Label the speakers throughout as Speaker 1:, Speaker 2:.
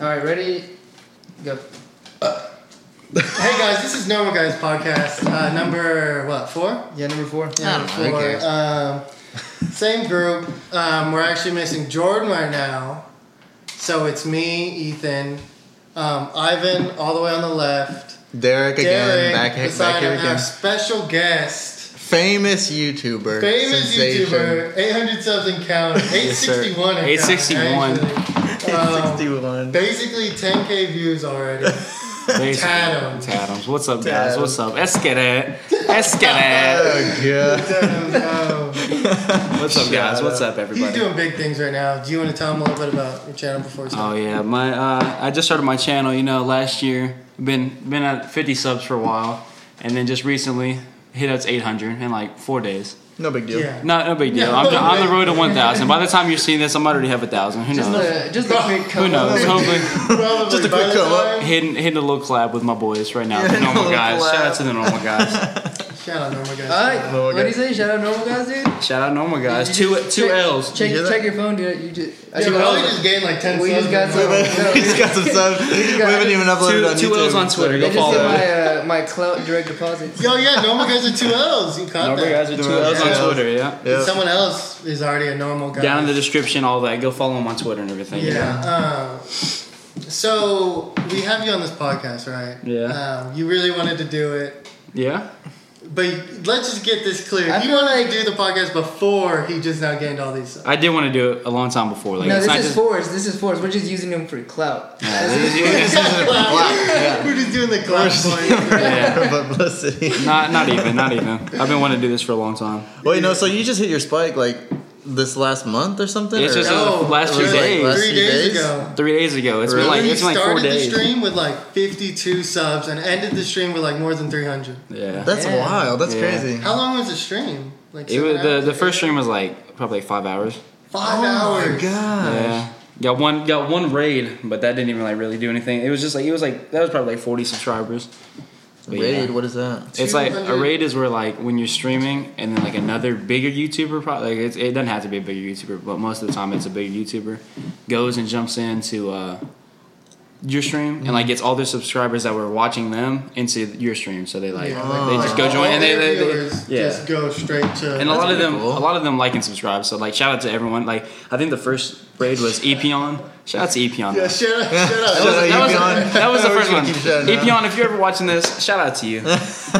Speaker 1: All right, ready? Go. hey guys,
Speaker 2: this is Normal Guys podcast uh, number what four?
Speaker 1: Yeah, number four.
Speaker 2: Yeah,
Speaker 1: Yeah.
Speaker 2: number
Speaker 3: know, who
Speaker 2: four.
Speaker 3: cares?
Speaker 2: Um, same group. Um, we're actually missing Jordan right now, so it's me, Ethan, um, Ivan, all the way on the left.
Speaker 3: Derek again,
Speaker 2: Derek
Speaker 3: back,
Speaker 2: beside
Speaker 3: back here
Speaker 2: him, and our
Speaker 3: again.
Speaker 2: special guest,
Speaker 3: Famous YouTuber.
Speaker 2: famous
Speaker 3: sensation.
Speaker 2: YouTuber, eight hundred something count, eight
Speaker 4: Yes, sir.
Speaker 2: sixty one, eight sixty
Speaker 4: 861.
Speaker 3: Sixty-one.
Speaker 2: Basically, ten k views already. Tatum.
Speaker 4: Tatum. Adams. What's up, guys? What's up? Let's get it. Let's get it.
Speaker 3: Oh god.
Speaker 2: Tatum, no.
Speaker 4: What's up, guys?
Speaker 3: Shout
Speaker 4: What's up, everybody?
Speaker 2: He's doing big things right now. Do you want to tell him a little bit about your channel before we start?
Speaker 4: Oh yeah, my uh, I just started my channel. You know, last year been been at 50 subs for a while, and then just recently hit up to 800 in like four days.
Speaker 3: No big
Speaker 4: Oh,
Speaker 3: deal.
Speaker 2: yeah.
Speaker 4: No, no big deal. I'm on the road to 1,000. By the time you're seeing this, I might already have a thousand. Who
Speaker 1: Just
Speaker 4: knows?
Speaker 2: Uh,
Speaker 1: the just the quick
Speaker 4: Who
Speaker 1: couple.
Speaker 4: knows? Hopefully,
Speaker 2: Probably
Speaker 3: Just a
Speaker 2: by
Speaker 3: quick
Speaker 2: the
Speaker 3: come up.
Speaker 2: time-
Speaker 4: hitting hitting a little collab with my boys right now. The normal
Speaker 3: Little
Speaker 4: guys. Shout out
Speaker 3: collab.
Speaker 4: to the normal guys.
Speaker 2: Shout out, normal guys.
Speaker 1: All right,
Speaker 3: Normal
Speaker 1: what do you
Speaker 3: guys.
Speaker 1: say? Shout out normal guys, dude.
Speaker 4: Shout out normal guys.
Speaker 1: You
Speaker 4: Two
Speaker 1: just
Speaker 4: two
Speaker 1: check-
Speaker 4: L's.
Speaker 1: Check,
Speaker 3: You hear
Speaker 1: check your phone, dude. You just. I
Speaker 2: Yeah,
Speaker 1: check
Speaker 2: we
Speaker 1: all
Speaker 2: only
Speaker 1: the-
Speaker 2: just gained like ten.
Speaker 1: we just got
Speaker 2: subs.
Speaker 1: some. no,
Speaker 3: He's got some subs. We haven't even uploaded
Speaker 4: Two-
Speaker 3: on
Speaker 4: two
Speaker 3: YouTube.
Speaker 4: L's on
Speaker 3: so-
Speaker 4: Twitter.
Speaker 1: They
Speaker 4: Go
Speaker 1: just hit
Speaker 4: follow.
Speaker 1: my uh, my clout direct deposits.
Speaker 2: Yo, yeah, normal guys are two L's. You caught
Speaker 4: Normal guys
Speaker 2: that.
Speaker 4: are
Speaker 3: Two
Speaker 4: doing L's
Speaker 3: L's.
Speaker 4: on Twitter. Yeah.
Speaker 3: Yep.
Speaker 2: Someone else is already a normal guy.
Speaker 4: Down in the description, all that. Go follow him on Twitter and everything.
Speaker 2: yeah. Um, so we have you on this podcast, right?
Speaker 4: Yeah.
Speaker 2: Um, you really wanted to do it,
Speaker 4: Yeah.
Speaker 2: but let's just get this clear.
Speaker 1: I
Speaker 2: you
Speaker 1: feel
Speaker 2: wanted
Speaker 1: like-
Speaker 2: to do the podcast before he just now gained all these. subs.
Speaker 4: I did want to do it a long time before. Like,
Speaker 1: No,
Speaker 4: it's
Speaker 1: this
Speaker 4: not
Speaker 1: is
Speaker 4: just.
Speaker 1: fours. This is fours. We're just using them for clout.
Speaker 4: Yeah, this is- yeah,
Speaker 2: We're just doing the class point.
Speaker 4: yeah.
Speaker 3: Publicity.
Speaker 4: Not, not even, not even. I've been wanting to do this for a long time.
Speaker 3: Wait, no. So you just hit your spike like this last month or something?
Speaker 4: It's
Speaker 3: or-
Speaker 4: just- last few
Speaker 2: it was like
Speaker 4: days.
Speaker 3: Last
Speaker 2: Three
Speaker 3: few
Speaker 2: days
Speaker 3: days?
Speaker 2: ago.
Speaker 4: Three days ago, It's been
Speaker 3: Really?
Speaker 4: like it's been like four
Speaker 2: started the
Speaker 4: days.
Speaker 2: stream with like 52 subs and ended the stream with like more than 300.
Speaker 4: Yeah,
Speaker 3: That's
Speaker 1: Yeah.
Speaker 3: wild. That's
Speaker 4: Yeah.
Speaker 3: crazy.
Speaker 2: How long was the stream? Like
Speaker 4: it was
Speaker 2: seven
Speaker 4: the
Speaker 2: hours?
Speaker 4: the first stream was like probably like five hours.
Speaker 2: five
Speaker 3: oh
Speaker 2: hours.
Speaker 3: my gosh.
Speaker 4: Yeah, got one got one raid, but that didn't even like really do anything. It was just like it was like that was probably like forty subscribers. But yeah.
Speaker 3: Raid. What is that?
Speaker 4: It's like a
Speaker 2: 200.
Speaker 4: raid is where like when you're streaming and then like another bigger YouTuber, probably like it's, it doesn't have to be a bigger YouTuber, but most of the time it's a bigger YouTuber goes and jumps into uh, your stream and
Speaker 3: Mm-hmm.
Speaker 4: like gets all their subscribers that were watching them into your stream, so they like
Speaker 2: Yeah,
Speaker 4: they
Speaker 3: Oh.
Speaker 2: like,
Speaker 4: just go
Speaker 2: all
Speaker 4: join and they,
Speaker 2: their
Speaker 4: they, they-
Speaker 2: viewers
Speaker 4: yeah.
Speaker 2: just go straight to.
Speaker 4: and a lot of
Speaker 3: pretty
Speaker 4: them,
Speaker 3: cool.
Speaker 4: a lot of them like and subscribe. So like, shout out to everyone. Like, I think the first raid was Epion. Shout out to Epion.
Speaker 2: yeah, shut up, shut up.
Speaker 3: Shut up,
Speaker 4: that, was,
Speaker 3: Epion.
Speaker 4: that was the
Speaker 3: We're just
Speaker 4: first
Speaker 3: gonna
Speaker 4: one.
Speaker 3: keep shouting out.
Speaker 4: Epion, if you're ever watching this, shout out to you.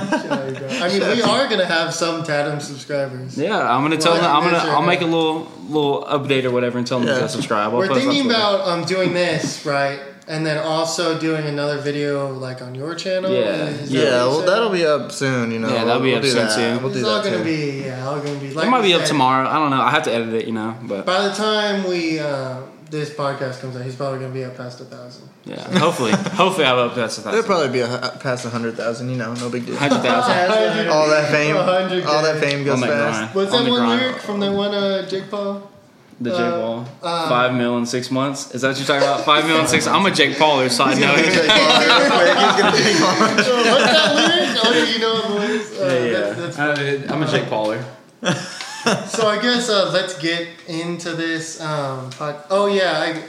Speaker 2: I mean, we are gonna have some Tatum subscribers.
Speaker 4: Yeah, I'm gonna tell
Speaker 2: Well,
Speaker 4: them.
Speaker 2: I
Speaker 4: I'm
Speaker 2: can
Speaker 4: gonna.
Speaker 2: answer
Speaker 4: I'll
Speaker 2: it.
Speaker 4: make a little little update or whatever and tell them
Speaker 3: Yeah.
Speaker 4: to subscribe. I'll
Speaker 2: We're
Speaker 4: post on
Speaker 2: thinking
Speaker 4: Twitter.
Speaker 2: about um, doing this right, and then also doing another video like on your channel.
Speaker 4: Yeah.
Speaker 2: Is that
Speaker 3: Yeah,
Speaker 2: what you
Speaker 3: well,
Speaker 2: said?
Speaker 3: that'll be up soon. You know,
Speaker 4: Yeah, that'll be
Speaker 3: we'll
Speaker 4: up
Speaker 3: do
Speaker 4: soon,
Speaker 3: that.
Speaker 4: too.
Speaker 3: We'll do
Speaker 2: It's all
Speaker 3: that
Speaker 2: gonna
Speaker 3: too.
Speaker 2: be yeah, all gonna be. Like
Speaker 4: It might
Speaker 2: we
Speaker 4: be up
Speaker 2: said,
Speaker 4: tomorrow. I don't know. I have to edit it, you know. But
Speaker 2: By the time we uh, this podcast comes out, he's probably gonna be up past a thousand.
Speaker 4: yeah, hopefully, hopefully I'll up that's a
Speaker 3: It'll
Speaker 4: thousand.
Speaker 3: probably be a, hu- past a hundred thousand. You know, no big deal.
Speaker 4: Hundred thousand.
Speaker 3: All that fame,
Speaker 2: A hundred
Speaker 3: all that
Speaker 2: grand.
Speaker 3: fame
Speaker 4: I'm
Speaker 3: goes
Speaker 4: like,
Speaker 3: fast.
Speaker 4: nah,
Speaker 2: What's
Speaker 4: Oh, on
Speaker 2: that
Speaker 4: the
Speaker 2: one
Speaker 4: grind.
Speaker 2: lyric from that one uh, Jake Paul?
Speaker 4: The Jake
Speaker 2: Uh,
Speaker 4: Paul.
Speaker 2: uh,
Speaker 4: Five mil in six months. Is that what you're talking about? Five mil in six. I'm a Jake Pauler, so I know.
Speaker 3: He's
Speaker 4: it.
Speaker 3: gonna take off.
Speaker 2: What's that lyric? Oh, yeah, you know the lyrics. Uh,
Speaker 4: Yeah,
Speaker 2: That's, that's
Speaker 4: yeah. I'm a Jake Pauler.
Speaker 2: so I guess uh, let's get into this. Um, pod- oh yeah,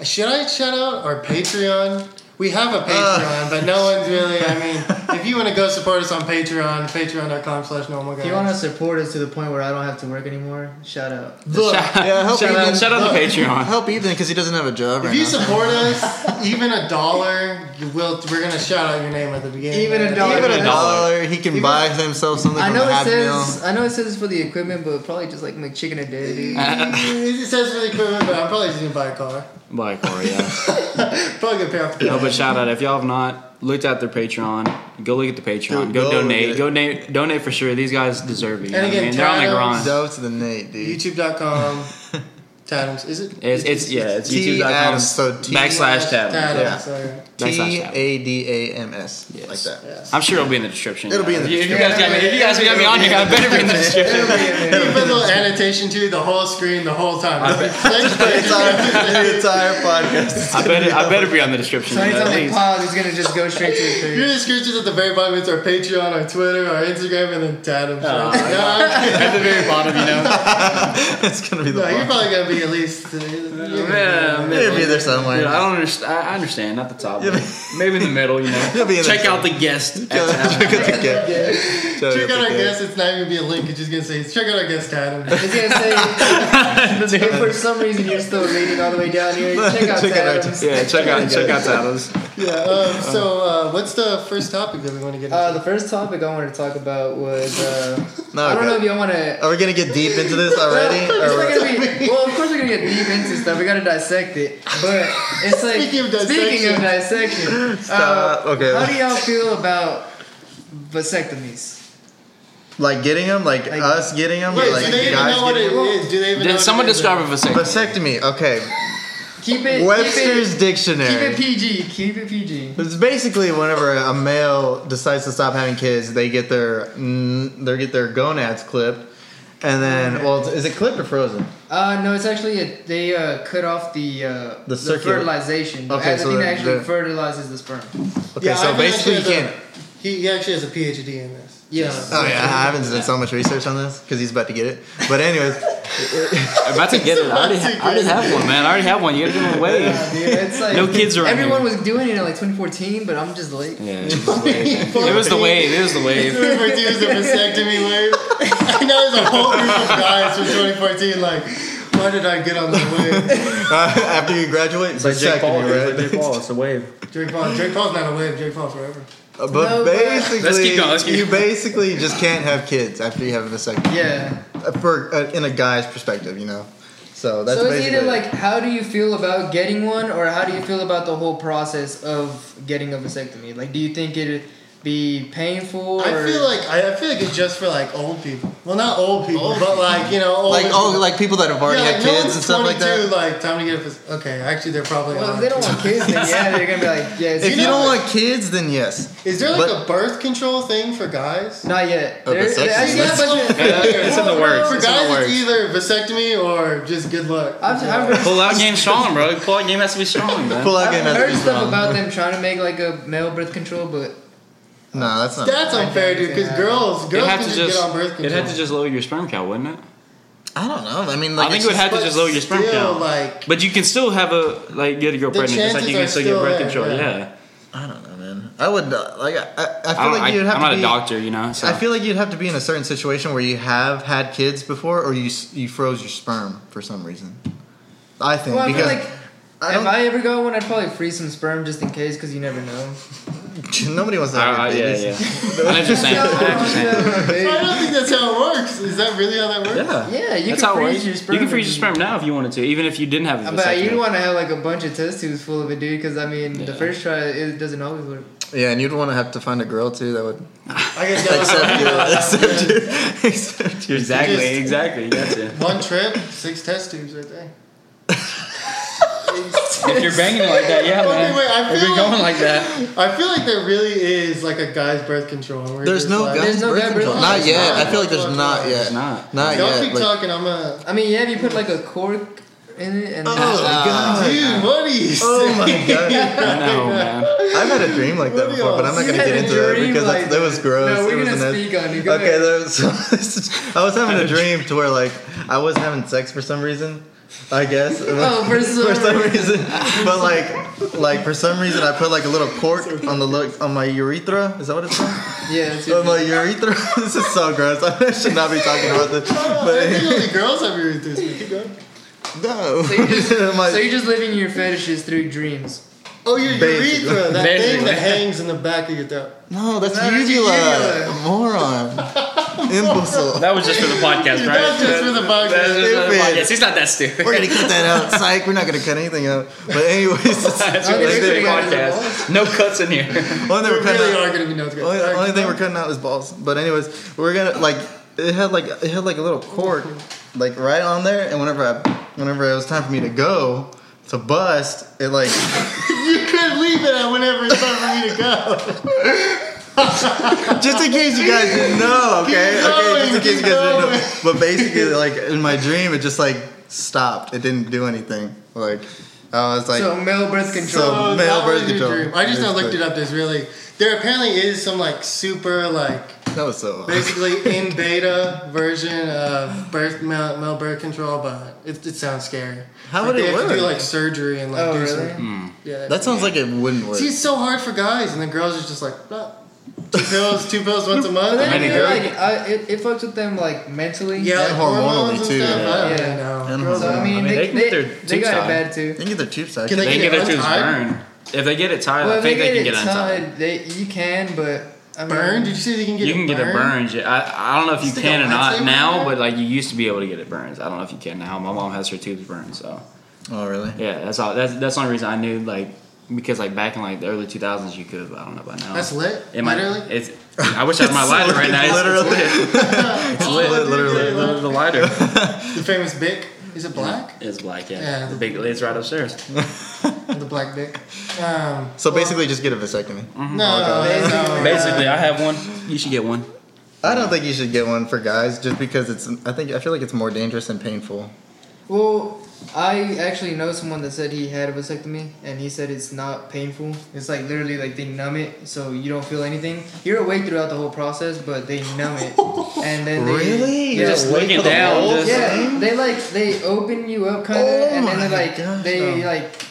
Speaker 2: I, should I shout out our Patreon? We have a Patreon, but no one's really. I mean, if you want to go support us on Patreon, patreon.com/slash normal guys.
Speaker 1: If you want to support us to the point where I don't have to work anymore, shout out.
Speaker 3: Look,
Speaker 4: Shout,
Speaker 3: yeah, help
Speaker 4: shout
Speaker 3: Ethan.
Speaker 4: out, shout out to Patreon.
Speaker 3: Help Ethan because he doesn't have a job
Speaker 2: If
Speaker 3: right
Speaker 2: you
Speaker 3: now.
Speaker 2: support us, even a dollar, you will. We're gonna shout out your name at the beginning.
Speaker 1: Even a dollar.
Speaker 3: Even
Speaker 1: Even
Speaker 3: a
Speaker 1: a
Speaker 3: dollar, he can
Speaker 2: Even-
Speaker 3: buy himself something
Speaker 1: I
Speaker 3: from
Speaker 1: know
Speaker 3: a
Speaker 1: it
Speaker 3: Happy Meal.
Speaker 1: says I know it says for the equipment, but probably just like McChicken a day, dude.
Speaker 2: it says for the equipment, but I'm probably just gonna buy a car.
Speaker 4: Black Paul, yeah.
Speaker 2: Probably gonna pay off the
Speaker 4: No,
Speaker 2: car.
Speaker 4: but shout out if y'all have not looked at their Patreon, go look at the Patreon.
Speaker 3: Dude,
Speaker 4: go,
Speaker 3: go
Speaker 4: donate.
Speaker 3: get it.
Speaker 4: Go donate. Donate for sure. These guys deserve it.
Speaker 2: And
Speaker 4: You know what I
Speaker 2: again,
Speaker 4: mean? they're on the
Speaker 2: Tyler's-
Speaker 4: grind.
Speaker 3: Dope to the Nate, dude.
Speaker 2: YouTube.com. Tatum's is it?
Speaker 4: It's, it's yeah. It's
Speaker 3: T
Speaker 4: youtube.com
Speaker 3: Adams, so T
Speaker 4: backslash tab.
Speaker 2: Tatum,
Speaker 3: Yeah.
Speaker 2: sorry.
Speaker 3: T A D A M S, like
Speaker 4: Yes.
Speaker 3: that.
Speaker 2: Yes.
Speaker 4: I'm sure it'll be in the description.
Speaker 3: It'll be in the
Speaker 4: If you guys got me, if you guys got me on, you guys better be in the description.
Speaker 2: You put a little annotation to the whole screen the whole time.
Speaker 3: It's our- the entire podcast.
Speaker 4: I better I better be on the description.
Speaker 1: So
Speaker 4: you know,
Speaker 1: anytime
Speaker 4: at
Speaker 1: we
Speaker 4: least.
Speaker 1: pause, it's gonna just go straight to the
Speaker 2: Your
Speaker 1: page.
Speaker 2: descriptions at the very bottom. It's our Patreon, our Twitter, our Instagram,
Speaker 4: Oh,
Speaker 2: and then Tatum's. no, I'm kidding.
Speaker 4: At the very bottom, you know.
Speaker 3: It's gonna be the
Speaker 2: No, you're
Speaker 3: bomb.
Speaker 2: probably gonna be league at least. uh,
Speaker 4: Yeah,
Speaker 2: yeah.
Speaker 4: man.
Speaker 3: It'd be there somewhere.
Speaker 4: Dude, I don't understand. I I understand, not the top.
Speaker 3: Yeah,
Speaker 4: but Maybe in the middle, you know.
Speaker 3: You'll be in
Speaker 4: Check
Speaker 3: the-
Speaker 4: out the guest.
Speaker 3: Check out the guest.
Speaker 2: Check out our guest.
Speaker 3: guest.
Speaker 2: It's not even gonna be a link. It's just gonna say check out our guest Adam. It's gonna
Speaker 1: If for some reason you're still reading all the way down here, check out
Speaker 3: Check out our-
Speaker 1: Adams.
Speaker 4: Yeah, check out check out Tattles.
Speaker 2: say. yeah. Um, so uh, what's the first topic that we want to get? Into?
Speaker 1: Uh, the first topic I wanted to talk about was uh,
Speaker 3: No,
Speaker 1: I don't know
Speaker 3: okay.
Speaker 1: if y'all want to.
Speaker 3: Are we gonna get deep into this already? Or
Speaker 1: Well,
Speaker 3: what?
Speaker 1: it's not gonna be, well, of course we're gonna get deep into stuff. We gotta dissect it, but it's like
Speaker 2: Speaking of
Speaker 1: speaking of dissection,
Speaker 3: Stop.
Speaker 1: uh,
Speaker 3: Okay.
Speaker 1: How do y'all feel about vasectomies?
Speaker 3: like getting them, like,
Speaker 1: Like-
Speaker 3: us getting them,
Speaker 2: Wait,
Speaker 3: like
Speaker 2: do they even
Speaker 3: guys
Speaker 2: know what it
Speaker 3: getting 'em?
Speaker 2: is? Do they even? know
Speaker 4: Did
Speaker 2: what
Speaker 4: someone
Speaker 2: it is?
Speaker 4: describe a vasectomy?
Speaker 3: Vasectomy. Okay.
Speaker 1: Keep it
Speaker 3: Webster's
Speaker 1: Keep it, keep it
Speaker 3: dictionary.
Speaker 1: PG. Keep it PG.
Speaker 3: It's basically whenever a male decides to stop having kids, they get their mm, they get their gonads clipped, and then well, is it clipped or frozen?
Speaker 1: Uh, no, it's actually a, they uh, cut off the uh,
Speaker 3: The circular-
Speaker 1: fertilization.
Speaker 3: Okay,
Speaker 1: Okay, the
Speaker 3: so
Speaker 1: thing
Speaker 3: the-
Speaker 1: that actually
Speaker 3: the-
Speaker 1: fertilizes the sperm.
Speaker 3: Okay,
Speaker 2: Yeah,
Speaker 3: so
Speaker 2: Ivan
Speaker 3: basically you
Speaker 2: actually has
Speaker 3: can't.
Speaker 2: a- He, he actually has a PhD in this.
Speaker 1: Yes.
Speaker 3: Oh yeah, I haven't done so much research on this because he's about to get it. But anyways,
Speaker 4: I'm about to get it. I already, ha- I already have one, man. I already have one. You gotta give it away.
Speaker 1: Yeah, dude, it's like
Speaker 4: No kids around
Speaker 1: Everyone
Speaker 4: here.
Speaker 1: was doing it in like 2014, but I'm just late.
Speaker 4: Yeah, it was, it was the wave. It was the wave.
Speaker 2: 2014 was the vasectomy wave. I know there's a whole group of guys from 2014 like, why did I get on the wave?
Speaker 3: uh, after you graduate, it's vasectomy, right?
Speaker 4: It's the wave.
Speaker 2: Drake Paul. Drake Paul's not a wave. Drake Paul forever.
Speaker 3: But
Speaker 1: No, but-
Speaker 3: basically,
Speaker 4: Let's keep going, let's keep-
Speaker 3: you basically just can't have kids after you have a vasectomy.
Speaker 1: Yeah.
Speaker 3: Uh, For uh, in a guy's perspective, you know. So that's
Speaker 1: so it's
Speaker 3: basically
Speaker 1: either like how do you feel about getting one, or how do you feel about the whole process of getting a vasectomy? Like, do you think it'd be painful?
Speaker 2: I
Speaker 1: or-
Speaker 2: feel like I, I feel like it's just for like old people. Well, not old people, but like you know, old
Speaker 3: like oh like people that have already
Speaker 2: yeah, like,
Speaker 3: had
Speaker 2: no
Speaker 3: kids
Speaker 2: one's
Speaker 3: and stuff like
Speaker 2: 22,
Speaker 3: that.
Speaker 2: Like time to get a vas- okay. Actually, they're probably
Speaker 1: well, if
Speaker 2: on.
Speaker 1: they don't want kids, then yeah, they're gonna be like, yeah, it's
Speaker 3: If you,
Speaker 2: know,
Speaker 3: don't
Speaker 2: like-
Speaker 3: want kids, then yes.
Speaker 2: Is there like
Speaker 3: But-
Speaker 2: a birth control thing for guys?
Speaker 1: not yet.
Speaker 3: A
Speaker 1: There-
Speaker 3: vasectomy.
Speaker 1: I
Speaker 2: See,
Speaker 1: guess,
Speaker 2: that's
Speaker 1: but-
Speaker 2: what-
Speaker 4: It's in the works.
Speaker 2: For
Speaker 4: It's in the
Speaker 2: guys, it's
Speaker 4: works.
Speaker 2: either vasectomy or just good luck.
Speaker 1: I've, I've heard,
Speaker 4: Pull out game strong, bro. Pull out game has to be strong, man.
Speaker 3: Pull out
Speaker 1: I've
Speaker 3: game has to
Speaker 1: heard
Speaker 3: be
Speaker 1: stuff
Speaker 3: strong.
Speaker 1: about them trying to make like a male birth control, but
Speaker 3: No, that's not.
Speaker 2: That's unfair, dude. Because
Speaker 1: Yeah.
Speaker 2: girls,
Speaker 4: It
Speaker 2: girls
Speaker 4: had
Speaker 2: can
Speaker 4: to
Speaker 2: just, get on birth
Speaker 4: just.
Speaker 2: control.
Speaker 4: It had to just lower your sperm count, wouldn't it?
Speaker 3: I don't know. I mean, like
Speaker 4: I think
Speaker 3: it's
Speaker 4: it would
Speaker 3: just-
Speaker 4: have to
Speaker 2: But
Speaker 4: just lower your sperm
Speaker 2: still,
Speaker 4: count.
Speaker 2: Like,
Speaker 4: But you can still have a like get a girl
Speaker 2: The
Speaker 4: pregnant, just like
Speaker 2: chances
Speaker 4: you can
Speaker 2: are
Speaker 4: still get
Speaker 2: still
Speaker 4: birth
Speaker 2: there,
Speaker 4: control.
Speaker 2: yeah.
Speaker 4: Yeah.
Speaker 3: I don't know, man. I would uh, like. I, I, I feel
Speaker 4: I don't,
Speaker 3: like
Speaker 4: I,
Speaker 3: you'd
Speaker 4: am
Speaker 3: have to
Speaker 4: not
Speaker 3: be.
Speaker 4: a doctor, you know. So.
Speaker 3: I feel like you'd have to be in a certain situation where you have had kids before, or you s- you froze your sperm for some reason. I think
Speaker 1: well, I feel
Speaker 3: because
Speaker 1: like.
Speaker 3: I
Speaker 1: if
Speaker 3: don't-
Speaker 1: I ever got one, I'd probably freeze some sperm just in case, because you never know.
Speaker 3: nobody wants to
Speaker 4: I,
Speaker 3: have
Speaker 4: I, Uh, yeah,
Speaker 3: babies.
Speaker 4: yeah. I understand. I understand.
Speaker 2: I don't think that's how it works. Is that really how that works?
Speaker 3: Yeah.
Speaker 1: Yeah, you
Speaker 4: That's
Speaker 1: can
Speaker 4: how it
Speaker 1: freeze
Speaker 4: works.
Speaker 1: your sperm.
Speaker 4: You can freeze
Speaker 1: if
Speaker 4: your
Speaker 1: you-
Speaker 4: sperm now if you wanted to, even if you didn't have a
Speaker 1: But
Speaker 4: vasectomy.
Speaker 1: you'd want to have like a bunch of test tubes full of it, dude. Because I mean, the
Speaker 4: Yeah.
Speaker 1: first try it doesn't always work.
Speaker 3: Yeah, and you'd want to have to find a girl too that would
Speaker 2: I guess
Speaker 3: accept you,
Speaker 2: that
Speaker 3: accept you, accept you.
Speaker 4: Exactly,
Speaker 2: Just-
Speaker 4: exactly. You got to.
Speaker 2: one trip, six test tubes right there.
Speaker 4: If you're banging it like that, yeah,
Speaker 2: Okay,
Speaker 4: man.
Speaker 2: wait, I
Speaker 4: if
Speaker 2: feel
Speaker 4: you're going
Speaker 2: like-
Speaker 4: like that,
Speaker 2: I feel like there really is like a guy's birth control. Where
Speaker 3: There's
Speaker 2: you're
Speaker 3: no
Speaker 2: like,
Speaker 3: guys
Speaker 1: There's no
Speaker 3: birth
Speaker 1: guy birth
Speaker 3: control.
Speaker 1: control.
Speaker 3: Not yet.
Speaker 2: There's
Speaker 3: I feel like there's
Speaker 2: not.
Speaker 3: not yet.
Speaker 4: There's not.
Speaker 3: Not
Speaker 2: Don't
Speaker 3: yet.
Speaker 2: keep
Speaker 3: like-
Speaker 2: talking. I'm a
Speaker 1: I mean, yeah, if you put like a cork in it and
Speaker 3: Oh, God.
Speaker 2: dude. What are you?
Speaker 3: oh my god!
Speaker 4: I know, man.
Speaker 3: I've had a dream like that
Speaker 2: What
Speaker 3: before, but I'm not
Speaker 1: You
Speaker 3: gonna
Speaker 1: had
Speaker 3: get
Speaker 1: a
Speaker 3: into that
Speaker 1: dream
Speaker 3: because
Speaker 1: like
Speaker 3: that, that was
Speaker 1: that.
Speaker 3: gross.
Speaker 1: No, we're
Speaker 3: It was
Speaker 1: gonna
Speaker 3: a nice-
Speaker 1: speak on it. Go
Speaker 3: okay,
Speaker 1: ahead.
Speaker 3: there was. I was having a dream to where like I was having sex for some reason. I guess.
Speaker 1: Oh, for some
Speaker 3: reason. But like, like for some reason, I put like a little cork on the look on my urethra. Is that what it's called?
Speaker 1: yeah, it's
Speaker 3: on Oh my urethra. this is so gross. I should not be talking about this.
Speaker 2: I think
Speaker 3: But
Speaker 2: only girls have urethras. but Keep going.
Speaker 3: no.
Speaker 1: So you just-
Speaker 3: My-
Speaker 1: so you're just living your fetishes through dreams.
Speaker 2: Oh, your
Speaker 3: Basically.
Speaker 2: urethra, that thing
Speaker 4: Basically.
Speaker 2: that hangs in the back of your throat.
Speaker 3: no, that's
Speaker 1: No, that's
Speaker 3: uvula.
Speaker 1: uvula.
Speaker 3: Moron. Imbecile.
Speaker 4: That was just for the podcast, right?
Speaker 2: That's just for the podcast.
Speaker 4: That's just for the
Speaker 3: Stupid.
Speaker 4: podcast. He's not that stupid.
Speaker 3: We're gonna cut that out, psych. We're not gonna cut anything out. But anyways,
Speaker 4: That's
Speaker 1: Okay,
Speaker 4: just for the
Speaker 1: we got it.
Speaker 4: podcast. No cuts in here.
Speaker 3: only
Speaker 2: There
Speaker 3: thing we're cutting
Speaker 2: really
Speaker 3: out,
Speaker 2: are going to be no good.
Speaker 3: only,
Speaker 2: All right,
Speaker 3: only
Speaker 2: keep
Speaker 3: thing
Speaker 2: going.
Speaker 3: we're cutting out is balls. But anyways, we're gonna like it had like it had like a little cork like right on there, and whenever I whenever it was time for me to go to bust, it like
Speaker 2: You could leave it at whenever it's time for me to go.
Speaker 3: just in case you guys didn't know, okay, okay, just in case you guys didn't know. But basically, like in my dream, it just like stopped. It didn't do anything. Like I was like,
Speaker 1: So male birth control.
Speaker 3: So-
Speaker 2: Oh,
Speaker 3: male
Speaker 2: that
Speaker 3: birth
Speaker 2: was your
Speaker 3: control.
Speaker 2: dream. I just now
Speaker 3: Basically.
Speaker 2: looked it up. There's really there apparently is some like super like
Speaker 3: That was so awesome.
Speaker 2: Basically, in beta version of birth mal- malware control, but it, it sounds scary.
Speaker 3: How
Speaker 2: Like,
Speaker 3: would it
Speaker 2: they Have to do
Speaker 3: work?
Speaker 2: like surgery and like
Speaker 1: Oh,
Speaker 2: do
Speaker 1: really?
Speaker 2: some- Yeah,
Speaker 3: That sounds like it wouldn't work.
Speaker 2: See, it's so hard for guys, and the girls are just like, "Ah, two pills, two pills once a month.
Speaker 1: But then
Speaker 4: Many
Speaker 1: again,
Speaker 4: girls-
Speaker 1: like, I, it, it fucks with them like mentally.
Speaker 2: yeah, like
Speaker 3: And hormonally,
Speaker 2: hormones and
Speaker 3: too,
Speaker 2: Stuff. I don't
Speaker 1: yeah.
Speaker 2: really know.
Speaker 3: And
Speaker 2: Girls
Speaker 1: So I
Speaker 2: are-
Speaker 1: mean,
Speaker 4: I mean, they
Speaker 1: they, they,
Speaker 4: can get their
Speaker 1: they got
Speaker 4: tubes
Speaker 1: it
Speaker 4: tied.
Speaker 1: bad too.
Speaker 3: They can get their tubes tied.
Speaker 2: Can
Speaker 4: They,
Speaker 2: they
Speaker 4: can
Speaker 2: get
Speaker 4: get their tubes
Speaker 2: untied?
Speaker 4: burned. If they get it tied,
Speaker 1: Well,
Speaker 4: I
Speaker 1: if they
Speaker 4: think Uh,
Speaker 1: get
Speaker 4: they can
Speaker 1: it
Speaker 4: get untied.
Speaker 1: tied, they, you can, but I mean,
Speaker 2: Burned? Did you say they can get
Speaker 4: You can get it burned. yeah. I, I don't know if you
Speaker 2: Stick a
Speaker 4: can or
Speaker 2: lightsaber
Speaker 4: not
Speaker 2: in
Speaker 4: now,
Speaker 2: there?
Speaker 4: but like you used to be able to get it burned. I don't know if you can now. My mom has her tubes burned, so
Speaker 3: Oh, really?
Speaker 4: yeah, that's all. That's that's the only reason I knew like because like back in like the early two thousands you could. But I don't know by now.
Speaker 2: That's lit.
Speaker 4: It might,
Speaker 2: Literally.
Speaker 4: It's. I wish I had my lighter right now. It's,
Speaker 3: Literally.
Speaker 4: It's lit. It's lit.
Speaker 3: literally.
Speaker 4: The- The lighter.
Speaker 2: The famous Bic. Is it black?
Speaker 4: It's black. Yeah.
Speaker 2: Yeah.
Speaker 4: The big. It's right upstairs.
Speaker 2: the black Bic. Um,
Speaker 3: So
Speaker 2: well,
Speaker 3: basically, just get a vasectomy.
Speaker 2: no, um, no,
Speaker 3: Oh,
Speaker 2: no,
Speaker 4: Basically, I have one. You should get one.
Speaker 3: I don't think you should get one for guys, just because it's. I think I feel like it's more dangerous and painful.
Speaker 1: Well, I actually know someone that said he had a vasectomy, and he said it's not painful. It's like literally like they numb it, so you don't feel anything. You're awake throughout the whole process, but they numb it, and then they,
Speaker 3: Really?
Speaker 1: yeah,
Speaker 3: You're
Speaker 4: Just
Speaker 3: Just wait
Speaker 4: looking
Speaker 3: for the
Speaker 4: down.
Speaker 3: balls?
Speaker 4: just-
Speaker 1: yeah, they like they open you up kind of,
Speaker 3: Oh
Speaker 1: and then
Speaker 3: my
Speaker 1: they like
Speaker 3: gosh,
Speaker 1: they
Speaker 3: no.
Speaker 1: like